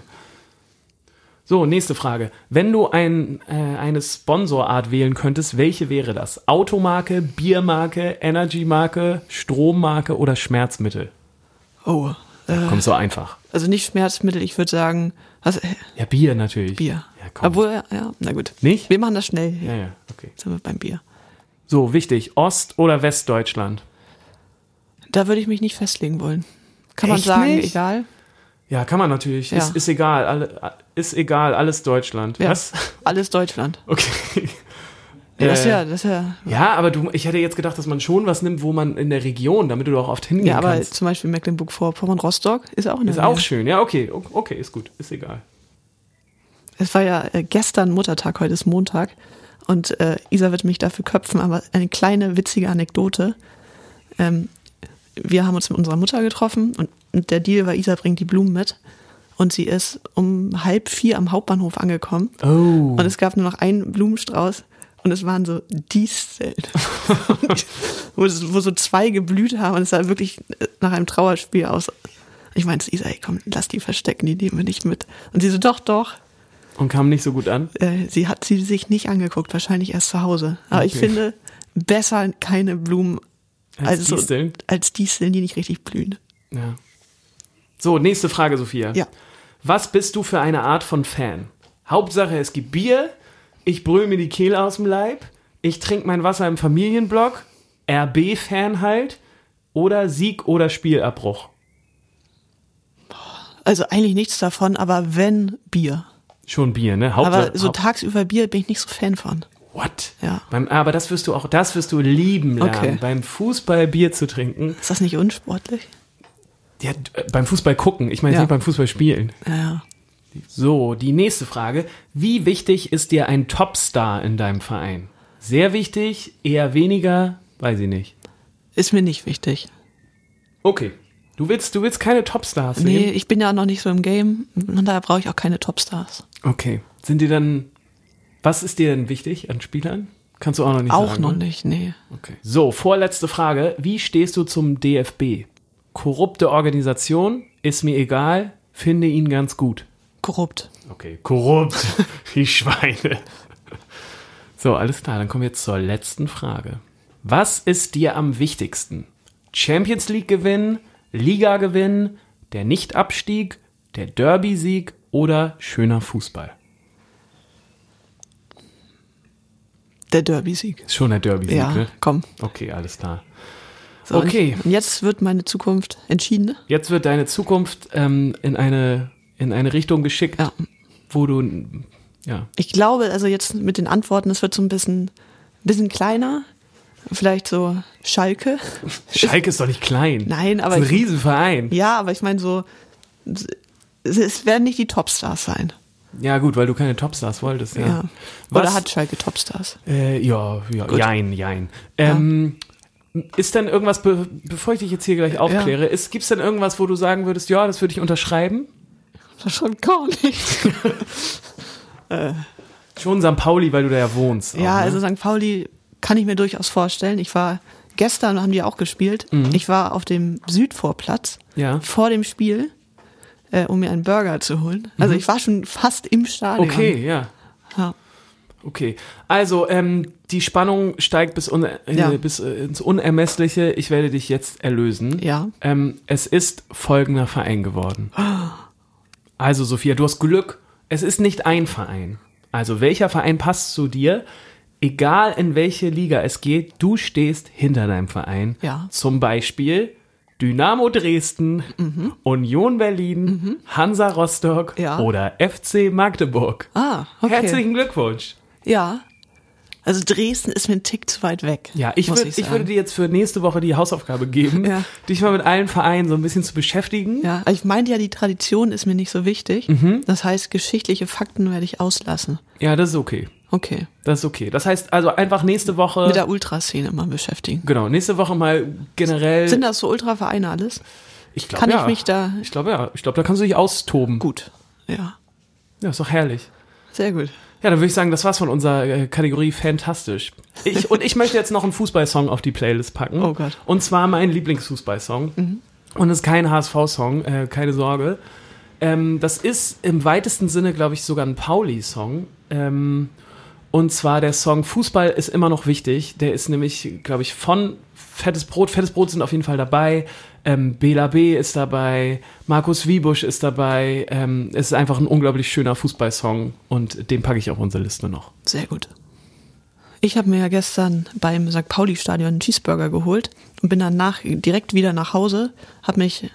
S2: So, nächste Frage. Wenn du ein, äh, eine Sponsorart wählen könntest, welche wäre das? Automarke, Biermarke, Energymarke, Strommarke oder Schmerzmittel?
S3: Oh. Äh,
S2: Kommt so einfach.
S3: also nicht Schmerzmittel, ich würde sagen, was, äh,
S2: Ja, Bier natürlich.
S3: Bier.
S2: Ja, komm.
S3: Obwohl, ja, na gut.
S2: Nicht?
S3: Wir machen das schnell.
S2: ja, ja, okay.
S3: Jetzt sind wir beim Bier.
S2: So, wichtig. Ost- oder Westdeutschland?
S3: Da würde ich mich nicht festlegen wollen. Kann man
S2: Echt
S3: sagen,
S2: nicht?
S3: egal.
S2: Ja, kann man natürlich.
S3: Ja.
S2: Ist, ist egal. Alle, ist egal. Alles Deutschland.
S3: Ja.
S2: Was?
S3: Alles Deutschland.
S2: Okay.
S3: Ja, das ist
S2: Äh,
S3: ja, das ist ja
S2: Ja, aber du, ich hätte jetzt gedacht, dass man schon was nimmt, wo man in der Region, damit du da auch oft hingehen
S3: Ja, aber
S2: kannst.
S3: zum Beispiel Mecklenburg-Vorpommern-Rostock ist auch in der
S2: Ist
S3: Nähe.
S2: auch schön. Ja, okay, o- okay, ist gut, ist egal.
S3: Es war ja äh, gestern Muttertag, heute ist Montag. Und äh, Isa wird mich dafür köpfen, aber eine kleine witzige Anekdote. Ähm, wir haben uns mit unserer Mutter getroffen und und der Deal war, Isa bringt die Blumen mit. Und sie ist um halb vier am Hauptbahnhof angekommen.
S2: Oh.
S3: Und es gab nur noch einen Blumenstrauß und es waren so Disteln, wo, es- wo so zwei geblüht haben und es sah wirklich nach einem Trauerspiel aus. Ich meinte, Isa, ey, komm, lass die verstecken, die nehmen wir nicht mit. Und sie so, doch, doch.
S2: Und kam nicht so gut an.
S3: Äh, sie hat sie sich nicht angeguckt, wahrscheinlich erst zu Hause. Aber ich
S2: Okay.
S3: finde, besser keine Blumen also
S2: Als
S3: so-
S2: Disteln?
S3: als Disteln, die nicht richtig blühen.
S2: Ja. So, nächste Frage, Sophia.
S3: Ja.
S2: Was bist du für eine Art von Fan? Hauptsache, es gibt Bier, ich brüll mir die Kehle aus dem Leib, ich trinke mein Wasser im Familienblock, RB-Fan halt, oder Sieg oder Spielabbruch.
S3: Also eigentlich nichts davon, aber wenn Bier.
S2: Schon Bier, ne?
S3: Aber so
S2: Haupt-
S3: tagsüber Bier bin ich nicht so Fan von.
S2: What?
S3: Ja.
S2: Beim, aber das wirst du auch, das wirst du lieben lernen,
S3: Okay.
S2: beim Fußball Bier zu trinken.
S3: Ist das nicht unsportlich?
S2: Ja, d- äh, beim Fußball gucken, ich meine
S3: Ja.
S2: nicht beim Fußball spielen.
S3: Ja.
S2: So, die nächste Frage. Wie wichtig ist dir ein Topstar in deinem Verein? Sehr wichtig, eher weniger, weiß ich nicht.
S3: Ist mir nicht wichtig.
S2: Okay. Du willst, du willst keine Topstars
S3: Nee,
S2: sehen?
S3: ich bin ja noch nicht so im Game und daher brauche ich auch keine Topstars.
S2: Okay. Sind dir dann, was ist dir denn wichtig an Spielern? Kannst du auch noch nicht
S3: auch
S2: sagen.
S3: noch
S2: ne?
S3: nicht, nee.
S2: Okay. So, vorletzte Frage. Wie stehst du zum DFB? Korrupte Organisation, ist mir egal, finde ihn ganz gut.
S3: Korrupt.
S2: Okay, korrupt, die Schweine. So, alles klar, dann kommen wir jetzt zur letzten Frage. Was ist dir am wichtigsten? Champions League Gewinn, Liga Gewinn, der Nichtabstieg, der Derby Sieg oder schöner Fußball?
S3: Der Derby-Sieg.
S2: Ist schon der Derby Sieg,
S3: Ja,
S2: ne?
S3: komm.
S2: Okay, alles klar.
S3: So,
S2: Okay.
S3: Und, und jetzt wird meine Zukunft entschieden. ne?
S2: Jetzt wird deine Zukunft ähm, in, eine, in eine Richtung geschickt,
S3: Ja.
S2: wo du. n- Ja.
S3: Ich glaube, also jetzt mit den Antworten, es wird so ein bisschen, bisschen kleiner. Vielleicht so Schalke.
S2: Schalke ist doch nicht klein.
S3: Nein, aber
S2: Ist ein
S3: ich-
S2: Riesenverein.
S3: Ja, aber ich meine so, es es werden nicht die Topstars sein.
S2: Ja, gut, weil du keine Topstars wolltest. Ja.
S3: Ja.
S2: Was,
S3: Oder hat Schalke Topstars?
S2: Äh, ja, ja, jein, jein. Ähm, Ist denn irgendwas, be bevor ich dich jetzt hier gleich aufkläre, ist gibt's denn irgendwas, wo du sagen würdest, ja, das würde ich unterschreiben?
S3: Das schon gar nicht.
S2: Schon St. Pauli, weil du da ja wohnst. auch,
S3: ja,
S2: ne?
S3: also St. Pauli kann ich mir durchaus vorstellen. Ich war gestern haben die auch gespielt.
S2: Mhm.
S3: Ich war auf dem Südvorplatz
S2: Ja.
S3: vor dem Spiel, äh, um mir einen Burger zu holen. Also ich war schon fast im Stadion.
S2: Mhm. Okay, ja.
S3: Ja.
S2: Okay, also ähm, die Spannung steigt bis, un
S3: Ja.
S2: äh, bis äh, ins Unermessliche. Ich werde dich jetzt erlösen.
S3: Ja.
S2: Ähm, es ist folgender Verein geworden. Also Sophia, du hast Glück. Es ist nicht ein Verein. Also welcher Verein passt zu dir? Egal in welche Liga es geht, du stehst hinter deinem Verein.
S3: Ja.
S2: Zum Beispiel Dynamo Dresden,
S3: Mhm.
S2: Union Berlin, Hansa Rostock
S3: Ja.
S2: oder FC Magdeburg.
S3: Ah, okay.
S2: Herzlichen Glückwunsch.
S3: Ja. Also Dresden ist mir ein Tick zu weit weg.
S2: Ja, ich,
S3: muss
S2: würd, ich,
S3: sagen.
S2: würde dir jetzt für nächste Woche die Hausaufgabe geben,
S3: Ja.
S2: dich mal mit allen Vereinen so ein bisschen zu beschäftigen.
S3: Ja, also ich meinte ja, die Tradition ist mir nicht so wichtig.
S2: Mhm.
S3: Das heißt, geschichtliche Fakten werde ich auslassen.
S2: Ja, das ist okay.
S3: Okay.
S2: Das ist okay. Das heißt also einfach nächste Woche.
S3: Mit der Ultraszene mal beschäftigen.
S2: genau, nächste Woche mal generell.
S3: Sind das so Ultravereine alles?
S2: ich glaub,
S3: kann ich
S2: ja.
S3: mich da-
S2: Ich glaube ja. Ich glaube, da kannst du dich austoben.
S3: Gut. Ja.
S2: Ja, ist doch herrlich.
S3: Sehr gut.
S2: Ja, dann würde ich sagen, das war's von unserer äh, Kategorie Fantastisch. Ich, und ich möchte jetzt noch einen Fußballsong auf die Playlist packen.
S3: Oh Gott. Mhm.
S2: Und zwar mein Lieblingsfußballsong. Und es ist kein HSV-Song, äh, keine Sorge. Ähm, das ist im weitesten Sinne, glaube ich, sogar ein Pauli-Song. Ähm, und zwar der Song Fußball ist immer noch wichtig. Der ist nämlich, glaube ich, von Fettes Brot. Fettes Brot sind auf jeden Fall dabei. Ähm, Bela B. ist dabei. Markus Wiebusch ist dabei. Ähm, es ist einfach ein unglaublich schöner Fußballsong und den packe ich auf unsere Liste noch.
S3: Sehr gut. Ich habe mir ja gestern beim St. Pauli-Stadion einen Cheeseburger geholt und bin dann nach, direkt wieder nach Hause, habe mich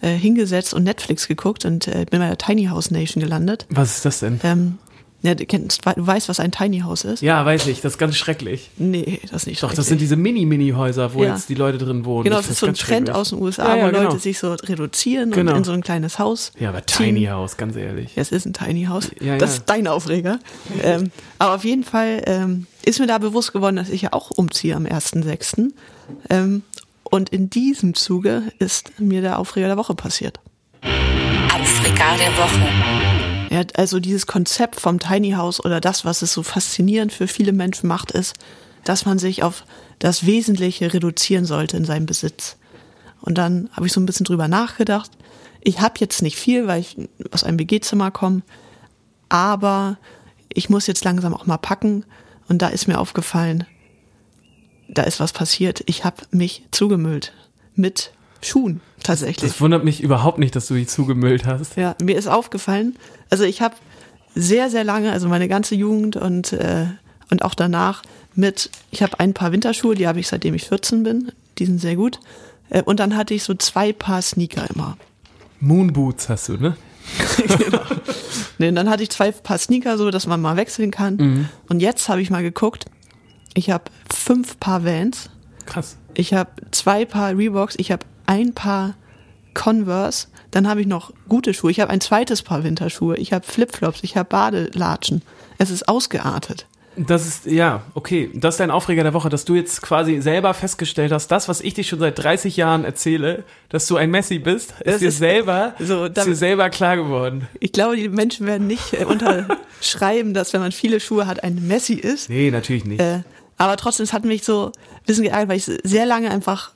S3: äh, hingesetzt und Netflix geguckt und äh, bin bei der Tiny House Nation gelandet.
S2: Was ist das denn?
S3: Ähm, ja, du, kennst, du weißt, was ein Tiny House ist?
S2: Ja, weiß ich. Das ist ganz schrecklich.
S3: Nee, das ist nicht
S2: Doch,
S3: richtig.
S2: das sind diese Mini-Mini-Häuser, wo
S3: Ja.
S2: jetzt die Leute drin wohnen.
S3: Genau,
S2: Ich
S3: das
S2: find's
S3: ist so ein
S2: ganz
S3: Trend
S2: schrecklich.
S3: aus den USA,
S2: Ja, ja,
S3: wo Leute
S2: genau.
S3: sich so reduzieren
S2: Genau.
S3: und in so ein kleines Haus.
S2: Ja, aber
S3: ziehen.
S2: Tiny House, ganz ehrlich.
S3: Ja, es ist ein Tiny House.
S2: Ja,
S3: das
S2: ja.
S3: ist dein Aufreger. Ähm, aber auf jeden Fall ähm, ist mir da bewusst geworden, dass ich ja auch umziehe am 1.6. Ähm, und in diesem Zuge ist mir der Aufreger der Woche passiert.
S1: Aufreger der Woche.
S3: Ja, also dieses Konzept vom Tiny House oder das, was es so faszinierend für viele Menschen macht, ist, dass man sich auf das Wesentliche reduzieren sollte in seinem Besitz. Und dann habe ich so ein bisschen drüber nachgedacht. Ich habe jetzt nicht viel, weil ich aus einem WG-Zimmer komme, aber ich muss jetzt langsam auch mal packen. Und da ist mir aufgefallen, da ist was passiert. Ich habe mich zugemüllt mit Schuhen tatsächlich.
S2: Das wundert mich überhaupt nicht, dass du dich zugemüllt hast.
S3: Ja, mir ist aufgefallen, also ich habe sehr, sehr lange, also meine ganze Jugend und, äh, und auch danach mit, ich habe ein paar Winterschuhe, die habe ich seitdem ich 14 bin, die sind sehr gut. Äh, und dann hatte ich so zwei Paar Sneaker immer.
S2: Moonboots hast du, ne?
S3: Nee, und dann hatte ich zwei Paar Sneaker, so dass man mal wechseln kann. Und jetzt habe ich mal geguckt, ich habe fünf Paar Vans,
S2: Krass.
S3: ich habe zwei Paar Reeboks, ich habe ein Paar Converse, dann habe ich noch gute Schuhe, ich habe ein zweites Paar Winterschuhe, ich habe Flipflops, ich habe Badelatschen. Es ist ausgeartet.
S2: Das ist, ja, okay. Das ist dein Aufreger der Woche, dass du jetzt quasi selber festgestellt hast, das, was ich dich schon seit 30 Jahren erzähle, dass du ein Messi bist, ist
S3: Das
S2: dir
S3: ist-
S2: selber,
S3: so,
S2: ist
S3: Äh.
S2: dir
S3: damit-
S2: selber klar geworden.
S3: Ich glaube, die Menschen werden nicht äh, unterschreiben, dass wenn man viele Schuhe hat, ein Messi ist.
S2: Nee, natürlich nicht.
S3: Äh, aber trotzdem, es hat mich so ein bisschen geärgert, weil ich sehr lange einfach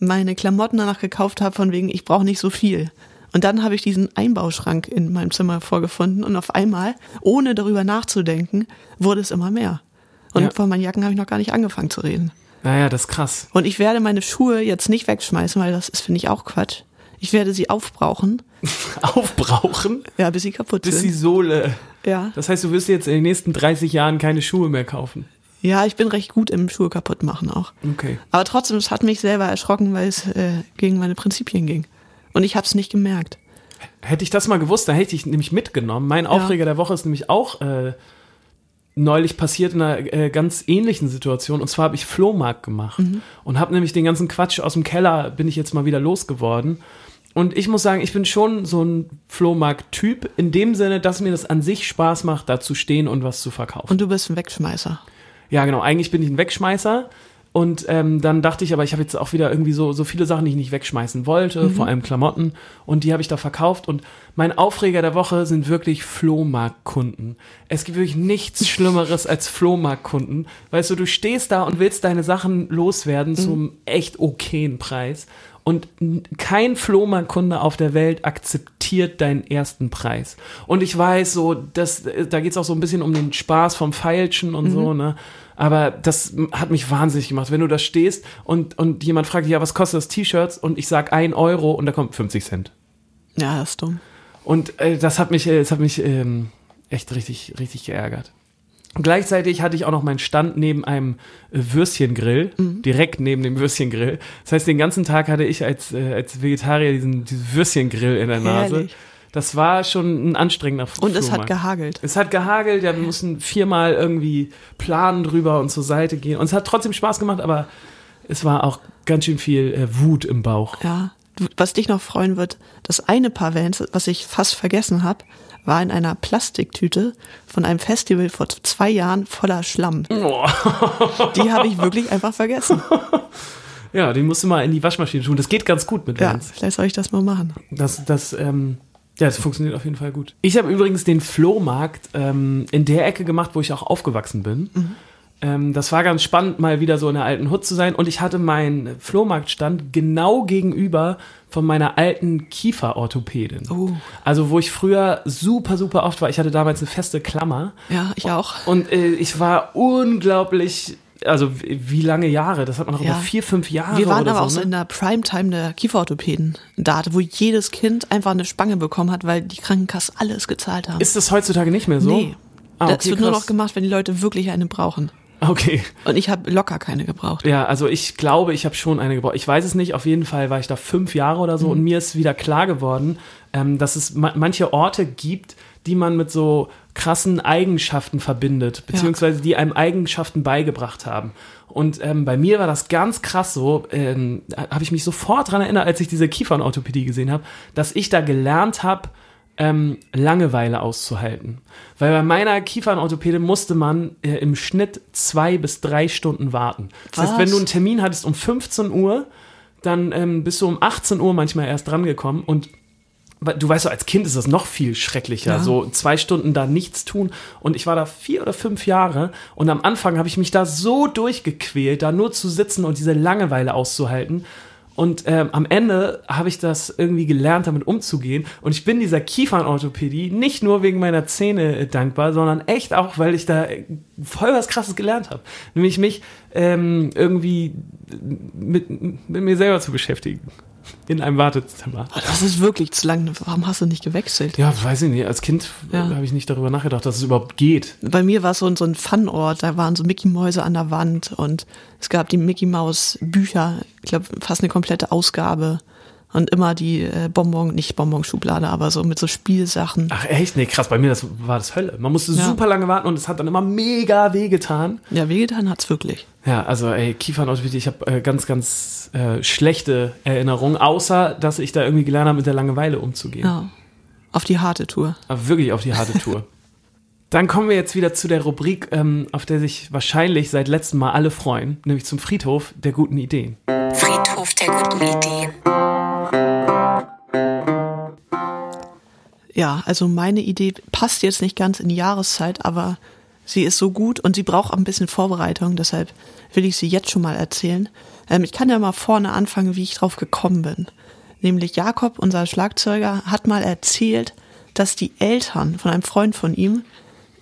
S3: meine Klamotten danach gekauft habe, von wegen, ich brauche nicht so viel. Und dann habe ich diesen Einbauschrank in meinem Zimmer vorgefunden und auf einmal, ohne darüber nachzudenken, wurde es immer mehr. Und
S2: Ja.
S3: von meinen Jacken habe ich noch gar nicht angefangen zu reden.
S2: Naja, das ist krass.
S3: Und ich werde meine Schuhe jetzt nicht wegschmeißen, weil das ist, finde ich, auch Quatsch. Ich werde sie aufbrauchen,
S2: Aufbrauchen,
S3: ja, bis sie kaputt
S2: bis die
S3: sind.
S2: Sohle.
S3: ja.
S2: Das heißt, du wirst jetzt in den nächsten 30 Jahren keine Schuhe mehr kaufen.
S3: ja, ich bin recht gut im Schuhe kaputt machen auch.
S2: Okay.
S3: Aber trotzdem, es hat mich selber erschrocken, weil es äh, gegen meine Prinzipien ging. Und ich habe es nicht gemerkt.
S2: Hätte ich das mal gewusst, dann hätte ich dich nämlich mitgenommen. Mein Aufreger der Woche ist nämlich auch äh, neulich passiert in einer äh, ganz ähnlichen Situation. Und zwar habe ich Flohmarkt gemacht und habe nämlich den ganzen Quatsch aus dem Keller bin ich jetzt mal wieder losgeworden. Und ich muss sagen, ich bin schon so ein Flohmarkt-Typ, in dem Sinne, dass mir das an sich Spaß macht, da zu stehen und was zu verkaufen.
S3: Und du bist ein Wegschmeißer.
S2: ja, genau, eigentlich bin ich ein Wegschmeißer. Und ähm, dann dachte ich aber, ich habe jetzt auch wieder irgendwie so, so viele Sachen, die ich nicht wegschmeißen wollte, vor allem Klamotten. Und die habe ich da verkauft. Und mein Aufreger der Woche sind wirklich Flohmarktkunden. Es gibt wirklich nichts Schlimmeres als Flohmarktkunden. Weißt du, du stehst da und willst deine Sachen loswerden zum echt okayen Preis. Und n- kein Flohmarktkunde auf der Welt akzeptiert deinen ersten Preis. Und ich weiß so, das, äh, da geht's auch so ein bisschen um den Spaß vom Feilschen und so, ne? Aber das hat mich wahnsinnig gemacht. Wenn du da stehst und, und jemand fragt, ja, was kostet das T-Shirt? Und ich sag ein Euro und da kommt 50 Cent.
S3: Ja, das ist dumm.
S2: Und äh, das hat mich, äh, das hat mich ähm, echt richtig, richtig geärgert. Gleichzeitig hatte ich auch noch meinen Stand neben einem äh, Würstchengrill,
S3: Mhm.
S2: direkt neben dem Würstchengrill. Das heißt, den ganzen Tag hatte ich als, äh, als Vegetarier diesen, diesen Würstchengrill in der Nase.
S3: Herrlich.
S2: Das war schon ein anstrengender F-
S3: Und es hat
S2: Flohmarkt.
S3: gehagelt.
S2: Es hat gehagelt, ja, wir mussten viermal irgendwie planen drüber und zur Seite gehen. Und es hat trotzdem Spaß gemacht, aber es war auch ganz schön viel äh, Wut im Bauch.
S3: Ja. Du- Was dich noch freuen wird, das eine Paar Vans, was ich fast vergessen habe, war in einer Plastiktüte von einem Festival vor z- zwei Jahren voller Schlamm. Die habe ich wirklich einfach vergessen.
S2: Ja, den musst du mal in die Waschmaschine tun. Das geht ganz gut mit
S3: Ja,
S2: Vans.
S3: vielleicht soll ich das mal machen.
S2: Das, das, ähm, ja, das funktioniert auf jeden Fall gut. Ich habe übrigens den Flohmarkt ähm, in der Ecke gemacht, wo ich auch aufgewachsen bin.
S3: Mhm.
S2: Ähm, das war ganz spannend, mal wieder so in der alten Hut zu sein. Und ich hatte meinen Flohmarktstand genau gegenüber von meiner alten Kieferorthopädin.
S3: Oh.
S2: Also wo ich früher super, super oft war. Ich hatte damals eine feste Klammer.
S3: Ja, ich auch.
S2: Und äh, ich war unglaublich, also wie wie lange Jahre? Das hat man noch über vier, fünf Jahre
S3: Wir waren
S2: oder
S3: aber
S2: so,
S3: auch so
S2: ne?
S3: in der Primetime der Kieferorthopäden da, wo jedes Kind einfach eine Spange bekommen hat, weil die Krankenkassen alles gezahlt haben.
S2: Ist das heutzutage nicht mehr so?
S3: nee.
S2: Ah,
S3: das
S2: okay,
S3: wird nur
S2: krass.
S3: noch gemacht, wenn die Leute wirklich eine brauchen.
S2: Okay.
S3: Und ich habe locker keine gebraucht.
S2: Ja, also ich glaube, ich habe schon eine gebraucht. Ich weiß es nicht. Auf jeden Fall war ich da fünf Jahre oder so und mir ist wieder klar geworden, ähm, dass es ma manche Orte gibt, die man mit so krassen Eigenschaften verbindet, beziehungsweise die einem Eigenschaften beigebracht haben. Und ähm, bei mir war das ganz krass so, ähm, habe ich mich sofort dran erinnert, als ich diese Kiefernorthopädie gesehen habe, dass ich da gelernt habe, ähm, Langeweile auszuhalten. Weil bei meiner Kiefernorthopäde musste man äh, im Schnitt zwei bis drei Stunden warten. Das heißt,
S3: Was?
S2: wenn du einen Termin hattest um 15 Uhr, dann ähm, bist du um 18 Uhr manchmal erst drangekommen und weil du weißt, so als Kind ist das noch viel schrecklicher.
S3: Ja.
S2: So zwei Stunden da nichts tun. Und ich war da vier oder fünf Jahre und am Anfang habe ich mich da so durchgequält, da nur zu sitzen und diese Langeweile auszuhalten. Und ähm, am Ende habe ich das irgendwie gelernt, damit umzugehen. Und ich bin dieser Kiefernorthopädie nicht nur wegen meiner Zähne äh, dankbar, sondern echt auch, weil ich da äh, voll was Krasses gelernt habe. Nämlich mich ähm, irgendwie mit, mit mir selber zu beschäftigen. In einem Wartezimmer.
S3: Das ist wirklich zu lang. Warum hast du nicht gewechselt?
S2: Ja, weiß ich nicht. Als Kind
S3: Ja.
S2: habe ich nicht darüber nachgedacht, dass es überhaupt geht.
S3: Bei mir war es so, ein- so ein Fun-Ort. Da waren so Mickey-Mäuse an der Wand und es gab die Mickey-Maus-Bücher. Ich glaube, fast eine komplette Ausgabe. Und immer die äh, Bonbon, nicht Bonbon-Schublade, aber so mit so Spielsachen.
S2: Ach echt? Nee, krass. Bei mir das war das Hölle. Man musste
S3: Ja.
S2: super lange warten und es hat dann immer mega weh getan.
S3: Ja, wehgetan hat's wirklich.
S2: Ja, also ey, Kiefernorthopädie, ich habe äh, ganz, ganz äh, schlechte Erinnerungen, außer dass ich da irgendwie gelernt habe, mit der Langeweile umzugehen.
S3: Ja. Auf die harte Tour.
S2: Aber wirklich auf die harte Tour. Dann kommen wir jetzt wieder zu der Rubrik, ähm, auf der sich wahrscheinlich seit letztem Mal alle freuen, nämlich zum Friedhof der guten Ideen.
S1: Friedhof der guten Ideen.
S3: Ja, also meine Idee passt jetzt nicht ganz in die Jahreszeit, aber sie ist so gut und sie braucht ein bisschen Vorbereitung, deshalb will ich sie jetzt schon mal erzählen. Ähm, ich kann ja mal vorne anfangen, wie ich drauf gekommen bin. Nämlich Jakob, unser Schlagzeuger, hat mal erzählt, dass die Eltern von einem Freund von ihm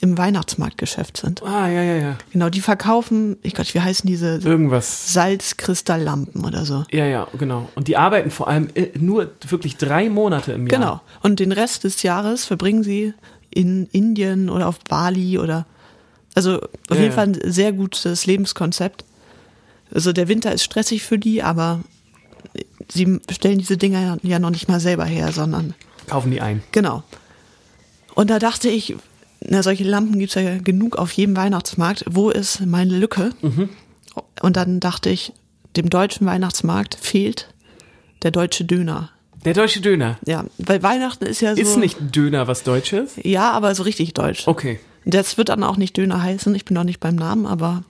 S3: im Weihnachtsmarktgeschäft sind.
S2: Ah, ja, ja, ja.
S3: Genau, die verkaufen, ich Gott, wie heißen diese
S2: Irgendwas
S3: Salzkristalllampen oder so.
S2: Ja, ja, genau. Und die arbeiten vor allem äh, nur wirklich drei Monate im Jahr.
S3: Genau. Und den Rest des Jahres verbringen sie in Indien oder auf Bali oder also auf jeden
S2: ja.
S3: Fall ein sehr gutes Lebenskonzept. Also der Winter ist stressig für die, aber sie stellen diese Dinger ja noch nicht mal selber her, sondern
S2: Kaufen die ein.
S3: genau. Und da dachte ich, na, solche Lampen gibt's ja genug auf jedem Weihnachtsmarkt. Wo ist meine Lücke?
S2: Mhm.
S3: Und dann dachte ich, dem deutschen Weihnachtsmarkt fehlt der deutsche Döner.
S2: Der deutsche Döner.
S3: Ja, weil Weihnachten ist ja so.
S2: Ist nicht Döner was Deutsches?
S3: Ja, aber so richtig deutsch.
S2: Okay.
S3: Das wird dann auch nicht Döner heißen. Ich bin noch nicht beim Namen, aber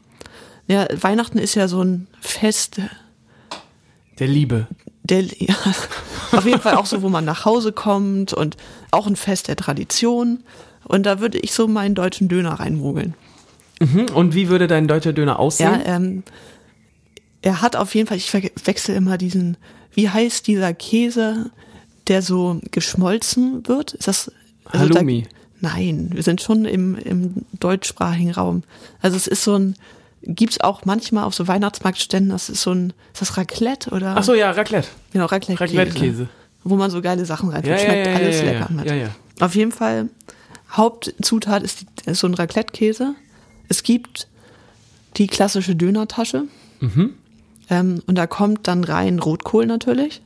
S3: ja, Weihnachten ist ja so ein Fest
S2: Der Liebe.
S3: der ja, auf jeden Fall auch so, wo man nach Hause kommt und auch ein Fest der Tradition. Und da würde ich so meinen deutschen Döner reinmogeln.
S2: Hm, Und wie würde dein deutscher Döner aussehen?
S3: Ja, ähm, er hat auf jeden Fall, ich wechsle immer diesen, wie heißt dieser Käse, der so geschmolzen wird? Ist das also
S2: Halloumi.
S3: Da, nein, wir sind schon im, im deutschsprachigen Raum. Also es ist so ein, gibt's auch manchmal auf so Weihnachtsmarktständen, das ist so ein, ist das Raclette oder?
S2: Ach so, ja, Raclette.
S3: Genau, Raclette-Käse.
S2: Raclette-Käse.
S3: Wo man so geile Sachen reintut.
S2: Ja, ja,
S3: Schmeckt
S2: ja,
S3: alles
S2: ja, ja,
S3: lecker
S2: ja.
S3: mit.
S2: Ja, ja.
S3: Auf jeden Fall, Hauptzutat ist, die, ist so ein Raclette-Käse. Es gibt die klassische Dönertasche. Ähm, und da kommt dann rein Rotkohl natürlich.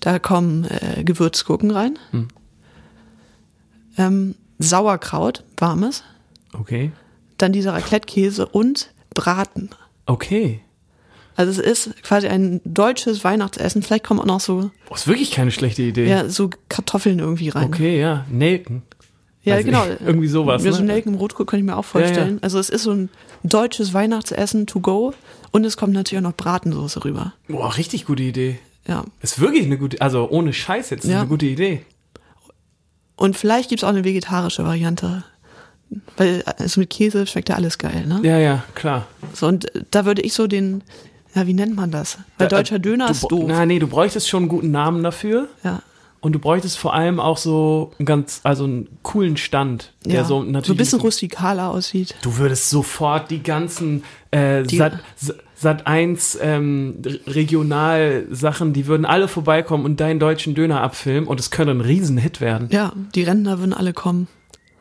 S3: Da kommen äh, Gewürzgurken rein. Ähm, Sauerkraut, warmes.
S2: Okay.
S3: Dann dieser Raclette-Käse und Braten.
S2: Okay.
S3: Also es ist quasi ein deutsches Weihnachtsessen. Vielleicht kommen auch noch so
S2: Oh, ist wirklich keine schlechte Idee.
S3: Ja, so Kartoffeln irgendwie rein.
S2: Okay, ja. Nelken.
S3: Ja,
S2: Weiß
S3: genau.
S2: nicht. Irgendwie sowas,
S3: Ja, so
S2: ne?
S3: Nelken im Rotkohl könnte ich mir auch vorstellen.
S2: Ja, ja.
S3: Also es ist so ein deutsches Weihnachtsessen to go und es kommt natürlich auch noch Bratensoße rüber.
S2: Boah, richtig gute Idee.
S3: Ja.
S2: Ist wirklich eine gute, also ohne Scheiß jetzt, ist
S3: Ja.
S2: eine gute Idee.
S3: Und vielleicht gibt's auch eine vegetarische Variante. Weil also mit Käse schmeckt ja alles geil, ne?
S2: Ja, ja, klar.
S3: So, und äh, da würde ich so den, ja, wie nennt man das? Weil
S2: Da- äh,
S3: deutscher Döner
S2: du, ne?
S3: ist
S2: br-
S3: doof.
S2: Na, nee, du bräuchtest schon einen guten Namen dafür.
S3: ja.
S2: Und du bräuchtest vor allem auch so einen ganz, also einen coolen Stand, der
S3: ja.
S2: so natürlich.
S3: so ein bisschen rustikaler aussieht.
S2: Du würdest sofort die ganzen äh,
S3: Die-
S2: Sat, Sat 1 ähm, Re- Regionalsachen, die würden alle vorbeikommen und deinen deutschen Döner abfilmen und es könnte ein Riesenhit werden.
S3: Ja, die Ränder würden alle kommen.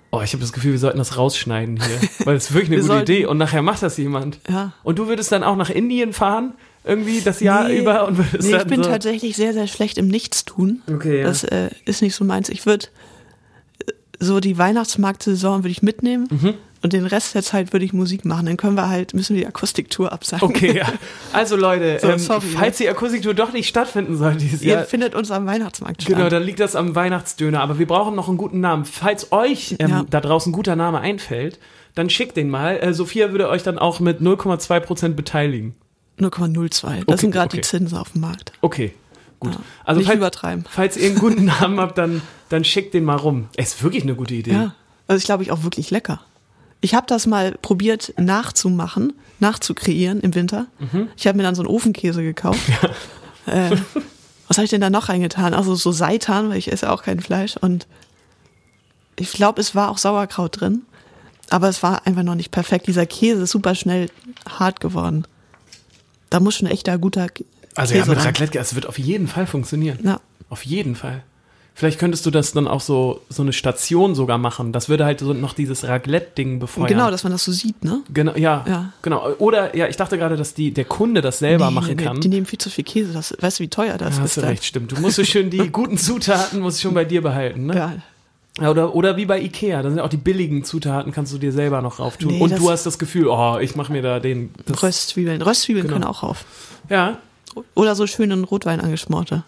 S2: Oh, ich habe das Gefühl, wir sollten das rausschneiden hier, weil es ist wirklich eine
S3: Wir
S2: gute
S3: sollten-
S2: Idee und nachher macht das jemand.
S3: Ja.
S2: Und du würdest dann auch nach Indien fahren irgendwie das Jahr
S3: Nee.
S2: über und würdest
S3: nee,
S2: dann
S3: ich bin halt-
S2: so,
S3: tatsächlich sehr, sehr schlecht im Nichtstun.
S2: Okay, ja.
S3: Das äh, ist nicht so meins. Ich würde so die Weihnachtsmarktsaison würde ich mitnehmen
S2: Mhm.
S3: und den Rest der Zeit würde ich Musik machen. Dann können wir halt, müssen wir die Akustiktour absagen.
S2: Okay, ja. Also Leute,
S3: So,
S2: ähm,
S3: sorry, ne?
S2: falls die Akustiktour doch nicht stattfinden soll dieses
S3: Ihr
S2: Jahr,
S3: findet uns am Weihnachtsmarkt statt.
S2: Genau, dann liegt das am Weihnachtsdöner. Aber wir brauchen noch einen guten Namen. Falls euch ähm,
S3: Ja.
S2: da draußen ein guter Name einfällt, dann schickt den mal. Äh, Sophia würde euch dann auch mit 0,2% beteiligen.
S3: 0,02. Das sind gerade
S2: okay.
S3: die Zinsen auf dem Markt.
S2: Okay, gut.
S3: Ja.
S2: Also
S3: Nicht
S2: falls,
S3: übertreiben.
S2: falls ihr einen guten Namen habt, dann, dann schickt den mal rum. Ist wirklich eine gute Idee.
S3: Ja. Also ich glaube, ich auch wirklich lecker. Ich habe das mal probiert nachzumachen, nachzukreieren im Winter.
S2: Mhm.
S3: Ich habe mir dann so einen Ofenkäse gekauft. Äh, was habe ich denn da noch reingetan? Also so Seitan, weil ich esse auch kein Fleisch. Und ich glaube, es war auch Sauerkraut drin. Aber es war einfach noch nicht perfekt. Dieser Käse ist super schnell hart geworden. Da muss schon echter guter K-
S2: Also ja,
S3: Käse
S2: mit
S3: rein.
S2: Raclette, es wird auf jeden Fall funktionieren.
S3: Ja.
S2: Auf jeden Fall. Vielleicht könntest du das dann auch so, so eine Station sogar machen. Das würde halt so noch dieses Raclette-Ding befeuern.
S3: Genau, dass man das so sieht, ne?
S2: Genau, ja,
S3: Ja.
S2: genau. Oder ja, ich dachte gerade, dass die, der Kunde das selber
S3: Nee,
S2: machen
S3: nee,
S2: kann.
S3: Die nehmen viel zu viel Käse. Das, weißt du, wie teuer
S2: Ja,
S3: das ist?
S2: hast du
S3: da?
S2: recht, stimmt. Du musst so schön die guten Zutaten musst du schon bei dir behalten, ne?
S3: Ja.
S2: Ja. Oder, oder wie bei Ikea, dann sind auch die billigen Zutaten, kannst du dir selber noch rauf tun.
S3: Nee,
S2: Und
S3: das-
S2: du hast das Gefühl, oh, ich mache mir da den. Das,
S3: Röstzwiebeln. Röstzwiebeln
S2: Genau.
S3: können auch auf.
S2: ja,
S3: Oder so schönen Rotwein angeschmorte.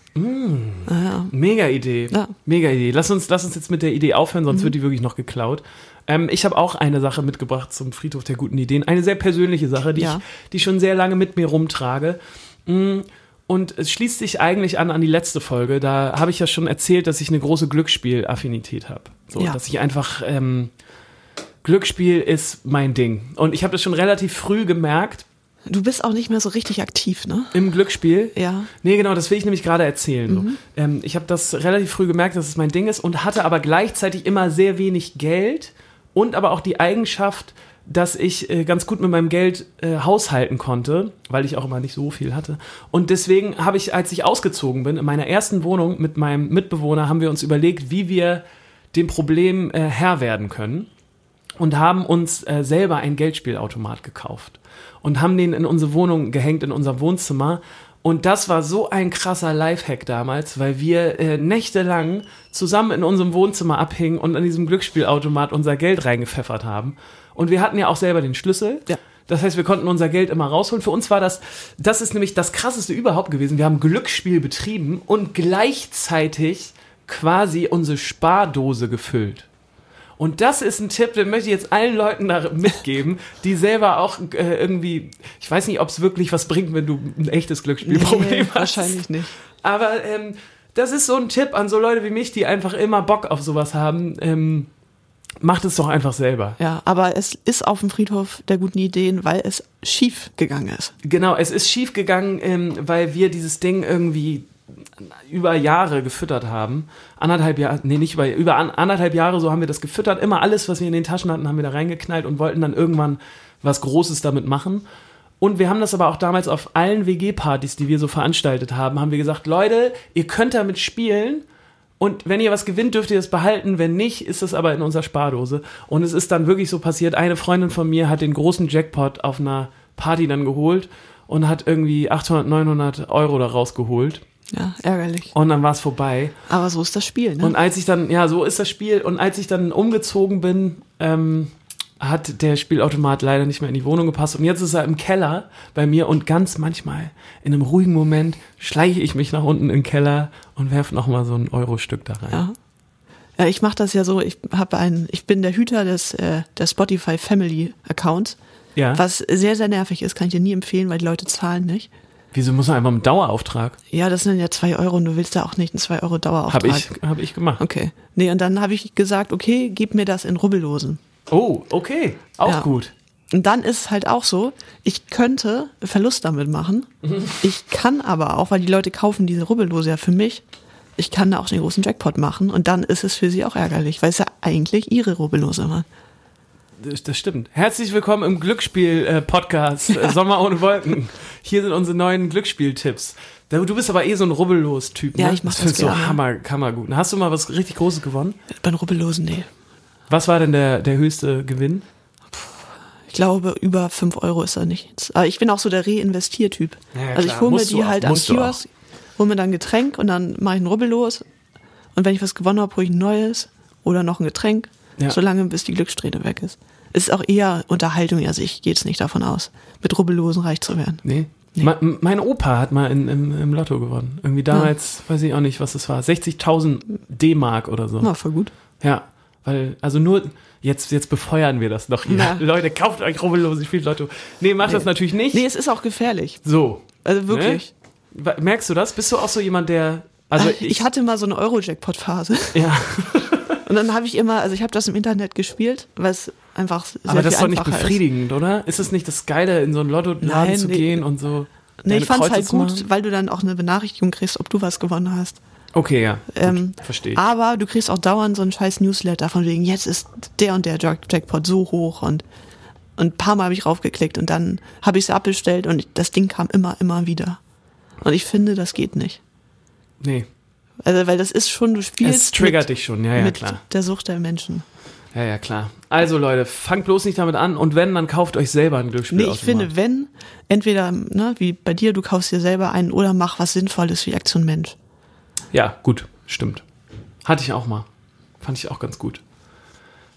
S2: mega Idee.
S3: Ja. Mhm.
S2: Mega Idee. Lass uns, lass uns jetzt mit der Idee aufhören, sonst wird die wirklich noch geklaut. Ähm, ich habe auch eine Sache mitgebracht zum Friedhof der guten Ideen. Eine sehr persönliche Sache, die,
S3: Ja.
S2: ich, die ich schon sehr lange mit mir rumtrage. Mm, Und es schließt sich eigentlich an an die letzte Folge. Da habe ich ja schon erzählt, dass ich eine große Glücksspiel-Affinität habe. So,
S3: Ja.
S2: dass ich einfach ähm, Glücksspiel ist mein Ding. Und ich habe das schon relativ früh gemerkt
S3: Du bist auch nicht mehr so richtig aktiv, ne?
S2: im Glücksspiel.
S3: Ja.
S2: Nee, genau, das will ich nämlich gerade erzählen. So. Ähm, ich habe das relativ früh gemerkt, dass es mein Ding ist und hatte aber gleichzeitig immer sehr wenig Geld und aber auch die Eigenschaft, dass ich äh, ganz gut mit meinem Geld äh, haushalten konnte, weil ich auch immer nicht so viel hatte. Und deswegen habe ich, als ich ausgezogen bin, in meiner ersten Wohnung mit meinem Mitbewohner, haben wir uns überlegt, wie wir dem Problem äh, Herr werden können und haben uns äh, selber einen Geldspielautomat gekauft und haben den in unsere Wohnung gehängt, in unser Wohnzimmer. Und das war so ein krasser Lifehack damals, weil wir äh, nächtelang zusammen in unserem Wohnzimmer abhingen und an diesem Glücksspielautomat unser Geld reingepfeffert haben. Und wir hatten ja auch selber den Schlüssel.
S3: Ja.
S2: Das heißt, wir konnten unser Geld immer rausholen. Für uns war das, das ist nämlich das krasseste überhaupt gewesen. Wir haben Glücksspiel betrieben und gleichzeitig quasi unsere Spardose gefüllt. Und das ist ein Tipp, den möchte ich jetzt allen Leuten da mitgeben, die selber auch äh, irgendwie, ich weiß nicht, ob es wirklich was bringt, wenn du ein echtes Glücksspielproblem
S3: Nee,
S2: hast.
S3: wahrscheinlich nicht.
S2: Aber ähm, das ist so ein Tipp an so Leute wie mich, die einfach immer Bock auf sowas haben. Ähm, macht es doch einfach selber.
S3: Ja, aber es ist auf dem Friedhof der guten Ideen, weil es schief gegangen ist.
S2: Genau, es ist schief gegangen, ähm, weil wir dieses Ding irgendwie über Jahre gefüttert haben. Anderthalb Jahre, nee, nicht über, über an, anderthalb Jahre, so haben wir das gefüttert. Immer alles, was wir in den Taschen hatten, haben wir da reingeknallt und wollten dann irgendwann was Großes damit machen. Und wir haben das aber auch damals auf allen WG-Partys, die wir so veranstaltet haben, haben wir gesagt, Leute, ihr könnt damit spielen, Und wenn ihr was gewinnt, dürft ihr das behalten. Wenn nicht, ist es aber in unserer Spardose. Und es ist dann wirklich so passiert. Eine Freundin von mir hat den großen Jackpot auf einer Party dann geholt und hat irgendwie 800, 900 Euro da rausgeholt.
S3: Ja, ärgerlich.
S2: Und dann war es vorbei.
S3: Aber so ist das Spiel, ne?
S2: Und als ich dann, ja, so ist das Spiel. Und als ich dann umgezogen bin, ähm, hat der Spielautomat leider nicht mehr in die Wohnung gepasst. Und jetzt ist er im Keller bei mir. Und ganz manchmal, in einem ruhigen Moment, schleiche ich mich nach unten in den Keller und werfe nochmal so ein Euro-Stück da rein.
S3: Ja. Ja, ich mache das ja so, ich habe einen, ich bin der Hüter des äh, der Spotify Family Accounts,
S2: Ja.
S3: was sehr sehr nervig ist, kann ich dir nie empfehlen, weil die Leute zahlen nicht.
S2: Wieso muss man einfach einen Dauerauftrag?
S3: Ja, das sind ja zwei Euro und du willst da auch nicht einen zwei Euro Dauerauftrag.
S2: Habe ich, hab ich gemacht.
S3: Okay. Nee, und dann habe ich gesagt, okay, gib mir das in Rubbellosen.
S2: Oh, okay. Auch
S3: Ja.
S2: gut.
S3: Und dann ist es halt auch so, ich könnte Verlust damit machen. Ich kann aber auch, weil die Leute kaufen diese Rubbellose ja für mich, ich kann da auch den großen Jackpot machen und dann ist es für sie auch ärgerlich, weil es ja eigentlich ihre Rubbellose waren.
S2: Das, das stimmt. Herzlich willkommen im Glücksspiel-Podcast äh, Sommer ohne Wolken. Hier sind unsere neuen Glücksspieltipps. Du du bist aber eh so ein Rubbellos-Typ.
S3: Ja,
S2: ne?
S3: ich mach das
S2: findest du
S3: gerne.
S2: hammer, hammer gut. Hast du mal was richtig Großes gewonnen?
S3: Beim Rubbellosen, nee.
S2: Was war denn der, der höchste Gewinn?
S3: Ich glaube, über 5 Euro ist da nichts. Aber ich bin auch so der Reinvestiertyp.
S2: Ja, ja,
S3: also ich
S2: klar.
S3: hole mir
S2: Musst du
S3: die
S2: auch,
S3: halt am
S2: musst du auch.
S3: Kiosk, hole mir dann ein Getränk und dann mache ich einen Rubbel los. Und wenn ich was gewonnen habe, hole ich ein neues oder noch ein Getränk,
S2: Ja.
S3: solange bis die Glückssträhne weg ist. Es ist auch eher Unterhaltung, also ich gehe jetzt nicht davon aus, mit Rubbellosen reich zu werden.
S2: Nee. Me- m- mein Opa hat mal in, im, im Lotto gewonnen.
S3: Hm.
S2: Irgendwie damals, weiß ich auch nicht, was das war. 60.000 D-Mark oder so.
S3: Na, voll gut.
S2: Ja, weil, also nur, jetzt, jetzt befeuern wir das noch hier.
S3: Na.
S2: Leute, kauft euch rubbellos, ich spiele Lotto. Nee, macht das natürlich nicht.
S3: Nee, es ist auch gefährlich.
S2: So.
S3: Also wirklich.
S2: Ne? Wa- Merkst du das? Bist du auch so jemand, der. Also ich,
S3: ich, hatte mal so eine Euro-Jackpot-Phase.
S2: Ja,
S3: Und dann habe ich immer, also ich habe das im Internet gespielt, weil es einfach sehr
S2: aber das ist
S3: viel
S2: doch nicht
S3: einfacher ist.
S2: befriedigend, oder? Ist es nicht das Geile, in so einen Lotto-Laden
S3: Nein,
S2: zu
S3: nee.
S2: gehen und so.
S3: Nee,
S2: deine
S3: ich fand's
S2: Kreuze
S3: halt
S2: zu
S3: gut,
S2: machen?
S3: weil du dann auch eine Benachrichtigung kriegst, ob du was gewonnen hast.
S2: Okay, ja. Gut,
S3: Ähm,
S2: Verstehe ich.
S3: Aber du kriegst auch dauernd so einen scheiß Newsletter von wegen, jetzt ist der und der Jack- Jackpot so hoch und, und ein paar Mal habe ich raufgeklickt und dann habe ich es abbestellt und ich- das Ding kam immer, immer wieder. Und ich finde, das geht nicht.
S2: Nee.
S3: Also, weil das ist schon, du spielst
S2: Es triggert
S3: mit,
S2: dich schon, ja, ja,
S3: mit
S2: klar.
S3: der Sucht der Menschen.
S2: Ja, ja, klar. Also Leute, fangt bloß nicht damit an und wenn, dann kauft euch selber ein Glücksspiel.
S3: Nee, ich
S2: aus dem Markt.
S3: finde, wenn, entweder, ne, wie bei dir, du kaufst dir selber einen oder mach was Sinnvolles wie Aktion Mensch.
S2: Ja, gut, stimmt. Hatte ich auch mal. Fand ich auch ganz gut.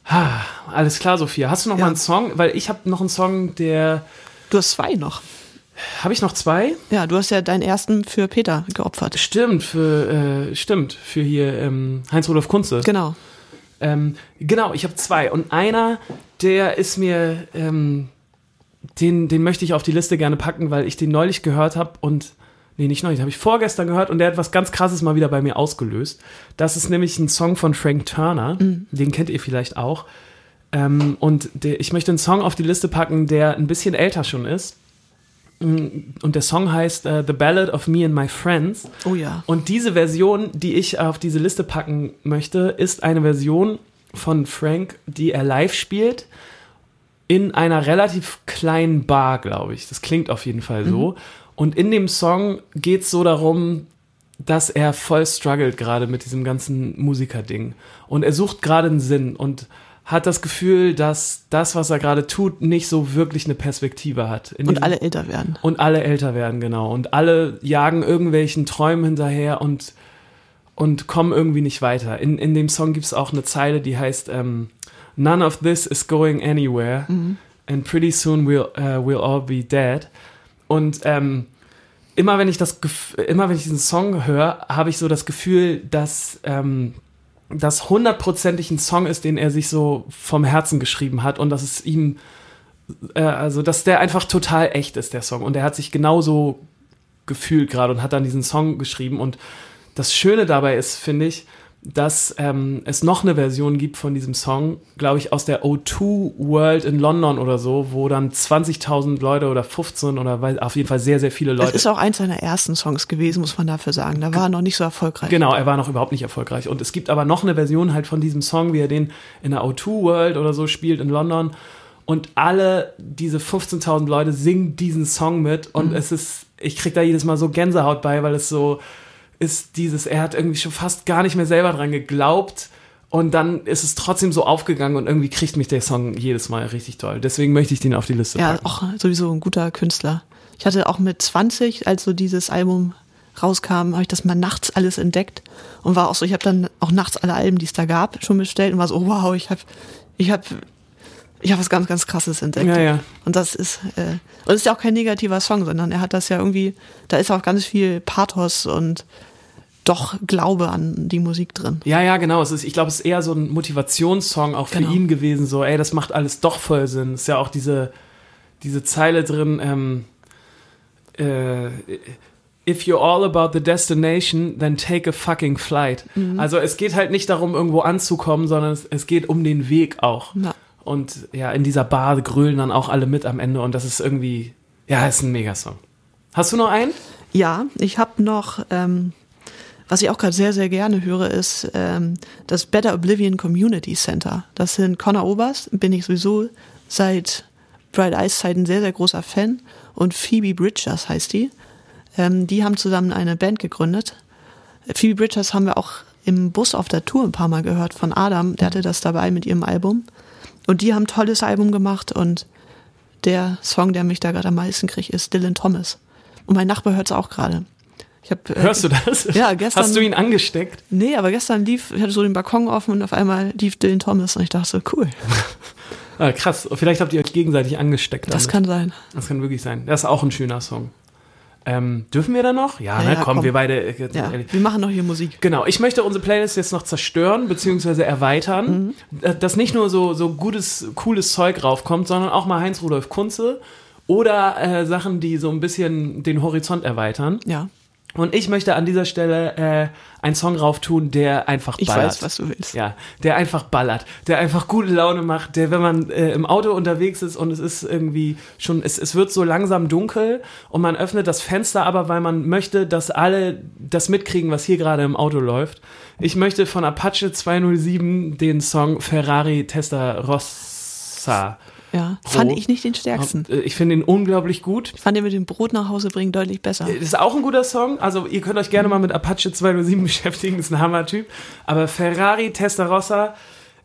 S2: Ha, alles klar, Sophia. Hast du noch
S3: Ja.
S2: mal einen Song? Weil ich habe noch einen Song, der.
S3: Du hast zwei noch.
S2: Habe ich noch zwei?
S3: Ja, du hast ja deinen ersten für Peter geopfert.
S2: Stimmt, für, äh, stimmt, für hier ähm, Heinz-Rudolf Kunze.
S3: Genau.
S2: Ähm, genau, ich habe zwei. Und einer, der ist mir, ähm, den, den möchte ich auf die Liste gerne packen, weil ich den neulich gehört habe und, nee, nicht neulich, habe ich vorgestern gehört und der hat was ganz Krasses mal wieder bei mir ausgelöst. Das ist nämlich ein Song von Frank Turner, den kennt ihr vielleicht auch. Ähm, und der, ich möchte einen Song auf die Liste packen, der ein bisschen älter schon ist. Mm, Und der Song heißt äh, The Ballad of Me and My Friends.
S3: Oh ja.
S2: Und diese Version, die ich auf diese Liste packen möchte, ist eine Version von Frank, die er live spielt in einer relativ kleinen Bar, glaube ich. Das klingt auf jeden Fall so.
S3: Mhm.
S2: Und in dem Song geht es so darum, dass er voll struggelt gerade mit diesem ganzen Musikerding. Und er sucht gerade einen Sinn und hat das Gefühl, dass das, was er gerade tut, nicht so wirklich eine Perspektive hat. In
S3: Und
S2: diesem-
S3: alle älter werden.
S2: und alle älter werden, genau. Und alle jagen irgendwelchen Träumen hinterher und, und kommen irgendwie nicht weiter. In, in dem Song gibt's auch eine Zeile, die heißt ähm, None of this is going anywhere. And Pretty Soon We'll, äh, we'll All Be Dead. Und ähm, immer wenn ich das Gef- immer wenn ich diesen Song höre, habe ich so das Gefühl, dass ähm, das hundertprozentig ein Song ist, den er sich so vom Herzen geschrieben hat und dass es ihm äh, also dass der einfach total echt ist der Song und er hat sich genauso gefühlt gerade und hat dann diesen Song geschrieben und das Schöne dabei ist, finde ich, dass ähm, es noch eine Version gibt von diesem Song, glaube ich, aus der O2 World in London oder so, wo dann 20.000 Leute oder 15 oder wei- auf jeden Fall sehr, sehr viele
S3: Das
S2: Leute
S3: ist auch eins seiner ersten Songs gewesen, muss man dafür sagen. Da war er noch nicht so erfolgreich.
S2: Genau, er war noch überhaupt nicht erfolgreich. Und es gibt aber noch eine Version halt von diesem Song, wie er den in der O2 World oder so spielt in London. Und alle diese 15.000 Leute singen diesen Song mit. Und es ist, ich krieg da jedes Mal so Gänsehaut bei, weil es so ist dieses, er hat irgendwie schon fast gar nicht mehr selber dran geglaubt. Und dann ist es trotzdem so aufgegangen und irgendwie kriegt mich der Song jedes Mal richtig toll. Deswegen möchte ich den auf die Liste
S3: Ja,
S2: packen.
S3: auch sowieso ein guter Künstler. Ich hatte auch mit 20, als so dieses Album rauskam, habe ich das mal nachts alles entdeckt und war auch so, ich habe dann auch nachts alle Alben, die es da gab, schon bestellt und war so, oh, wow, ich habe ich habe ich habe was ganz ganz krasses entdeckt.
S2: Ja, ja.
S3: Und das ist äh, und es ist ja auch kein negativer Song, sondern er hat das ja irgendwie, da ist auch ganz viel Pathos und doch Glaube an die Musik drin.
S2: Ja, ja, genau. Es ist, ich glaube, es ist eher so ein Motivationssong auch für
S3: Genau.
S2: ihn gewesen. So, ey, das macht alles doch voll Sinn. Ist ja auch diese, diese Zeile drin. Ähm, äh, If you're all about the destination, then take a fucking flight.
S3: Mhm.
S2: Also es geht halt nicht darum, irgendwo anzukommen, sondern es, es geht um den Weg auch.
S3: Ja.
S2: Und ja, in dieser Bar grölen dann auch alle mit am Ende. Und das ist irgendwie, ja, ist ein Megasong. Hast du noch einen?
S3: Ja, ich habe noch, ähm, was ich auch gerade sehr, sehr gerne höre, ist ähm, das Better Oblivion Community Center. Das sind Connor Oberst, bin ich sowieso seit Bright Eyes Zeiten sehr, sehr großer Fan. Und Phoebe Bridgers heißt die. Ähm, die haben zusammen eine Band gegründet. Phoebe Bridgers haben wir auch im Bus auf der Tour ein paar Mal gehört von Adam. Der hatte das dabei mit ihrem Album. Und die haben ein tolles Album gemacht und der Song, der mich da gerade am meisten kriegt, ist Dylan Thomas. Und mein Nachbar hört es auch gerade. Ich hab, äh,
S2: Hörst du das?
S3: Ja, gestern-
S2: Hast du ihn angesteckt?
S3: Nee, aber gestern lief, ich hatte so den Balkon offen und auf einmal lief Dylan Thomas und ich dachte so, cool,
S2: Ah, krass, vielleicht habt ihr euch gegenseitig angesteckt.
S3: das
S2: damit.
S3: kann sein.
S2: das kann wirklich sein. Das ist auch ein schöner Song. Ähm, dürfen wir da noch? Ja,
S3: Ja,
S2: ne?
S3: ja,
S2: komm,
S3: komm.
S2: wir beide. äh, ganz
S3: Ja,
S2: ehrlich.
S3: wir machen noch hier Musik.
S2: Genau, ich möchte unsere Playlist jetzt noch zerstören bzw. erweitern,
S3: Mhm.
S2: äh, dass nicht nur so, so gutes, cooles Zeug raufkommt, sondern auch mal Heinz-Rudolf Kunze oder äh, Sachen, die so ein bisschen den Horizont erweitern.
S3: Ja,
S2: Und ich möchte an dieser Stelle äh, einen Song rauftun, der einfach
S3: ich
S2: ballert.
S3: weiß, was du willst.
S2: Ja, der einfach ballert, der einfach gute Laune macht, der, wenn man äh, im Auto unterwegs ist und es ist irgendwie schon, es, es wird so langsam dunkel und man öffnet das Fenster aber, weil man möchte, dass alle das mitkriegen, was hier gerade im Auto läuft. Ich möchte von Apache 207 den Song Ferrari Testarossa.
S3: Ja.
S2: Pro-
S3: Fand ich nicht den stärksten.
S2: Äh, Ich finde ihn unglaublich gut.
S3: Ich fand den mit dem Brot nach Hause bringen deutlich besser.
S2: Das ist auch ein guter Song. Also ihr könnt euch gerne mal mit Apache 207 beschäftigen, ist ein Hammer-Typ. Aber Ferrari Testarossa,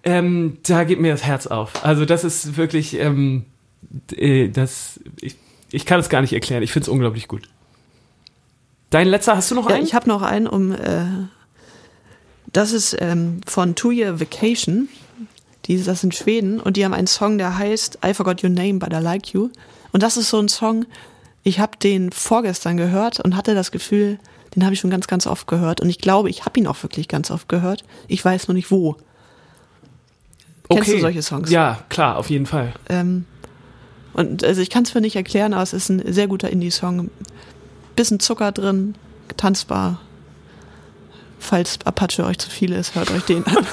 S2: ähm, da geht mir das Herz auf. Also das ist wirklich, ähm, d- äh, das, ich, ich kann es gar nicht erklären. Ich finde es unglaublich gut. Dein letzter, hast du noch
S3: Ja,
S2: einen?
S3: ich habe noch einen um. Äh, das ist ähm, von Two Year Vacation. Die, das sind Schweden und die haben einen Song, der heißt I Forgot Your Name, but I Like You. Und das ist so ein Song, ich habe den vorgestern gehört und hatte das Gefühl, den habe ich schon ganz, ganz oft gehört. Und ich glaube, ich habe ihn auch wirklich ganz oft gehört. Ich weiß nur nicht wo. Kennst du solche Songs?
S2: Ja, klar, auf jeden Fall.
S3: Ähm, und also ich kann es mir nicht erklären, aber es ist ein sehr guter Indie-Song. Bisschen Zucker drin, tanzbar. Falls Apache euch zu viel ist, hört euch den an.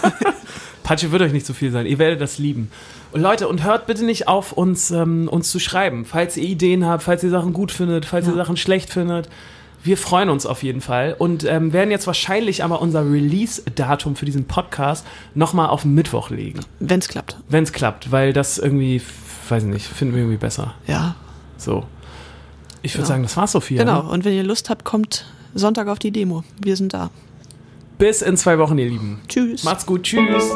S2: Patsche wird euch nicht so viel sein. Ihr werdet das lieben. Und Leute, und hört bitte nicht auf, uns, ähm, uns zu schreiben. Falls ihr Ideen habt, falls ihr Sachen gut findet, falls ihr
S3: Ja.
S2: Sachen schlecht findet. Wir freuen uns auf jeden Fall und ähm, werden jetzt wahrscheinlich aber unser Release-Datum für diesen Podcast nochmal auf den Mittwoch legen.
S3: Wenn's klappt.
S2: Wenn es klappt, weil das irgendwie, f- weiß ich nicht, finden wir irgendwie besser.
S3: Ja,
S2: So. Ich würde
S3: Genau.
S2: sagen, das war's, Sophia. Ne?
S3: genau. Und wenn ihr Lust habt, kommt Sonntag auf die Demo. Wir sind da.
S2: Bis in zwei Wochen, ihr Lieben.
S3: Tschüss.
S2: Macht's gut. Tschüss.